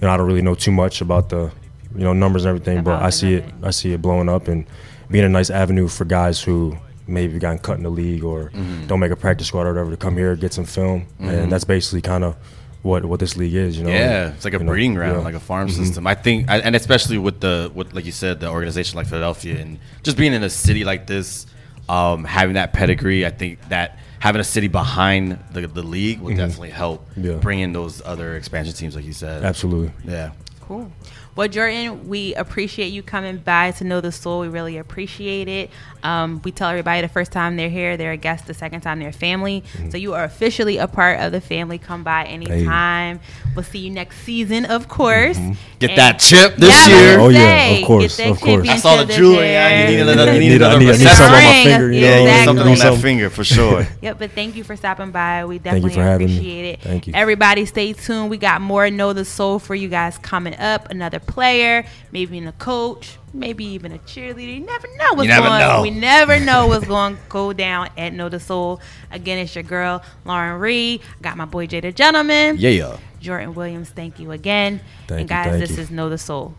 C: you know, I don't really know too much about the, you know, numbers and everything, but I
A: Development
C: see
A: of
C: it. I see it blowing up and being a nice avenue for guys who maybe gotten cut in the league or
B: Mm-hmm.
C: don't make a practice squad or whatever to come here get some film, and that's basically kind of what what this league is. You know.
B: Yeah, it's like a
C: You know,
B: breeding ground,
C: yeah. Mm-hmm.
B: like a farm system. I think, I- and especially with the with like you said, the organization like Philadelphia, and just being in a city like this, um, having that pedigree, I think that having a city behind the, the league would definitely help
C: Mm-hmm. Yeah.
B: bring in those other expansion teams, like you said.
C: Absolutely.
B: Yeah.
A: Cool. Well, Jordan, we appreciate you coming by to know the soul. We really appreciate it. Um, we tell everybody the first time they're here, they're a guest. The second time, they're family.
C: Mm-hmm.
A: So you are officially a part of the family. Come by anytime. We'll see you next season, of course.
B: Get
A: And-
B: that chip this
A: Yeah, I was gonna
B: year.
C: Mm-hmm. Oh, yeah,
A: say,
C: of course,
A: Get that
C: of course.
B: I saw the
A: championship
B: jewelry.
A: this
B: Yeah, you
A: year.
B: need another. You
C: I
B: need,
C: need, I
B: another.
C: need, I need
B: recess.
C: something on my
A: Ring.
C: finger. You
B: Yeah,
C: know?
B: you need
A: Exactly.
B: something on that
C: Something-
B: finger for sure.
A: Yep, but thank you for stopping by. We
C: Thank
A: definitely
C: you for having me.
A: appreciate it.
C: Thank you.
A: Everybody stay tuned. We got more Know the Soul for you guys coming up. Another player, maybe even a coach, maybe even a cheerleader. You never know what's
B: You never
A: going
B: know.
A: We never know what's going to go down at Know the Soul. Again, it's your girl, Lauren Reed. I got my boy Jada Gentleman.
B: Yeah.
A: Jordan Williams, thank you again.
C: Thank
A: and
C: you,
A: guys,
C: thank
A: this
C: you.
A: is Know the Soul.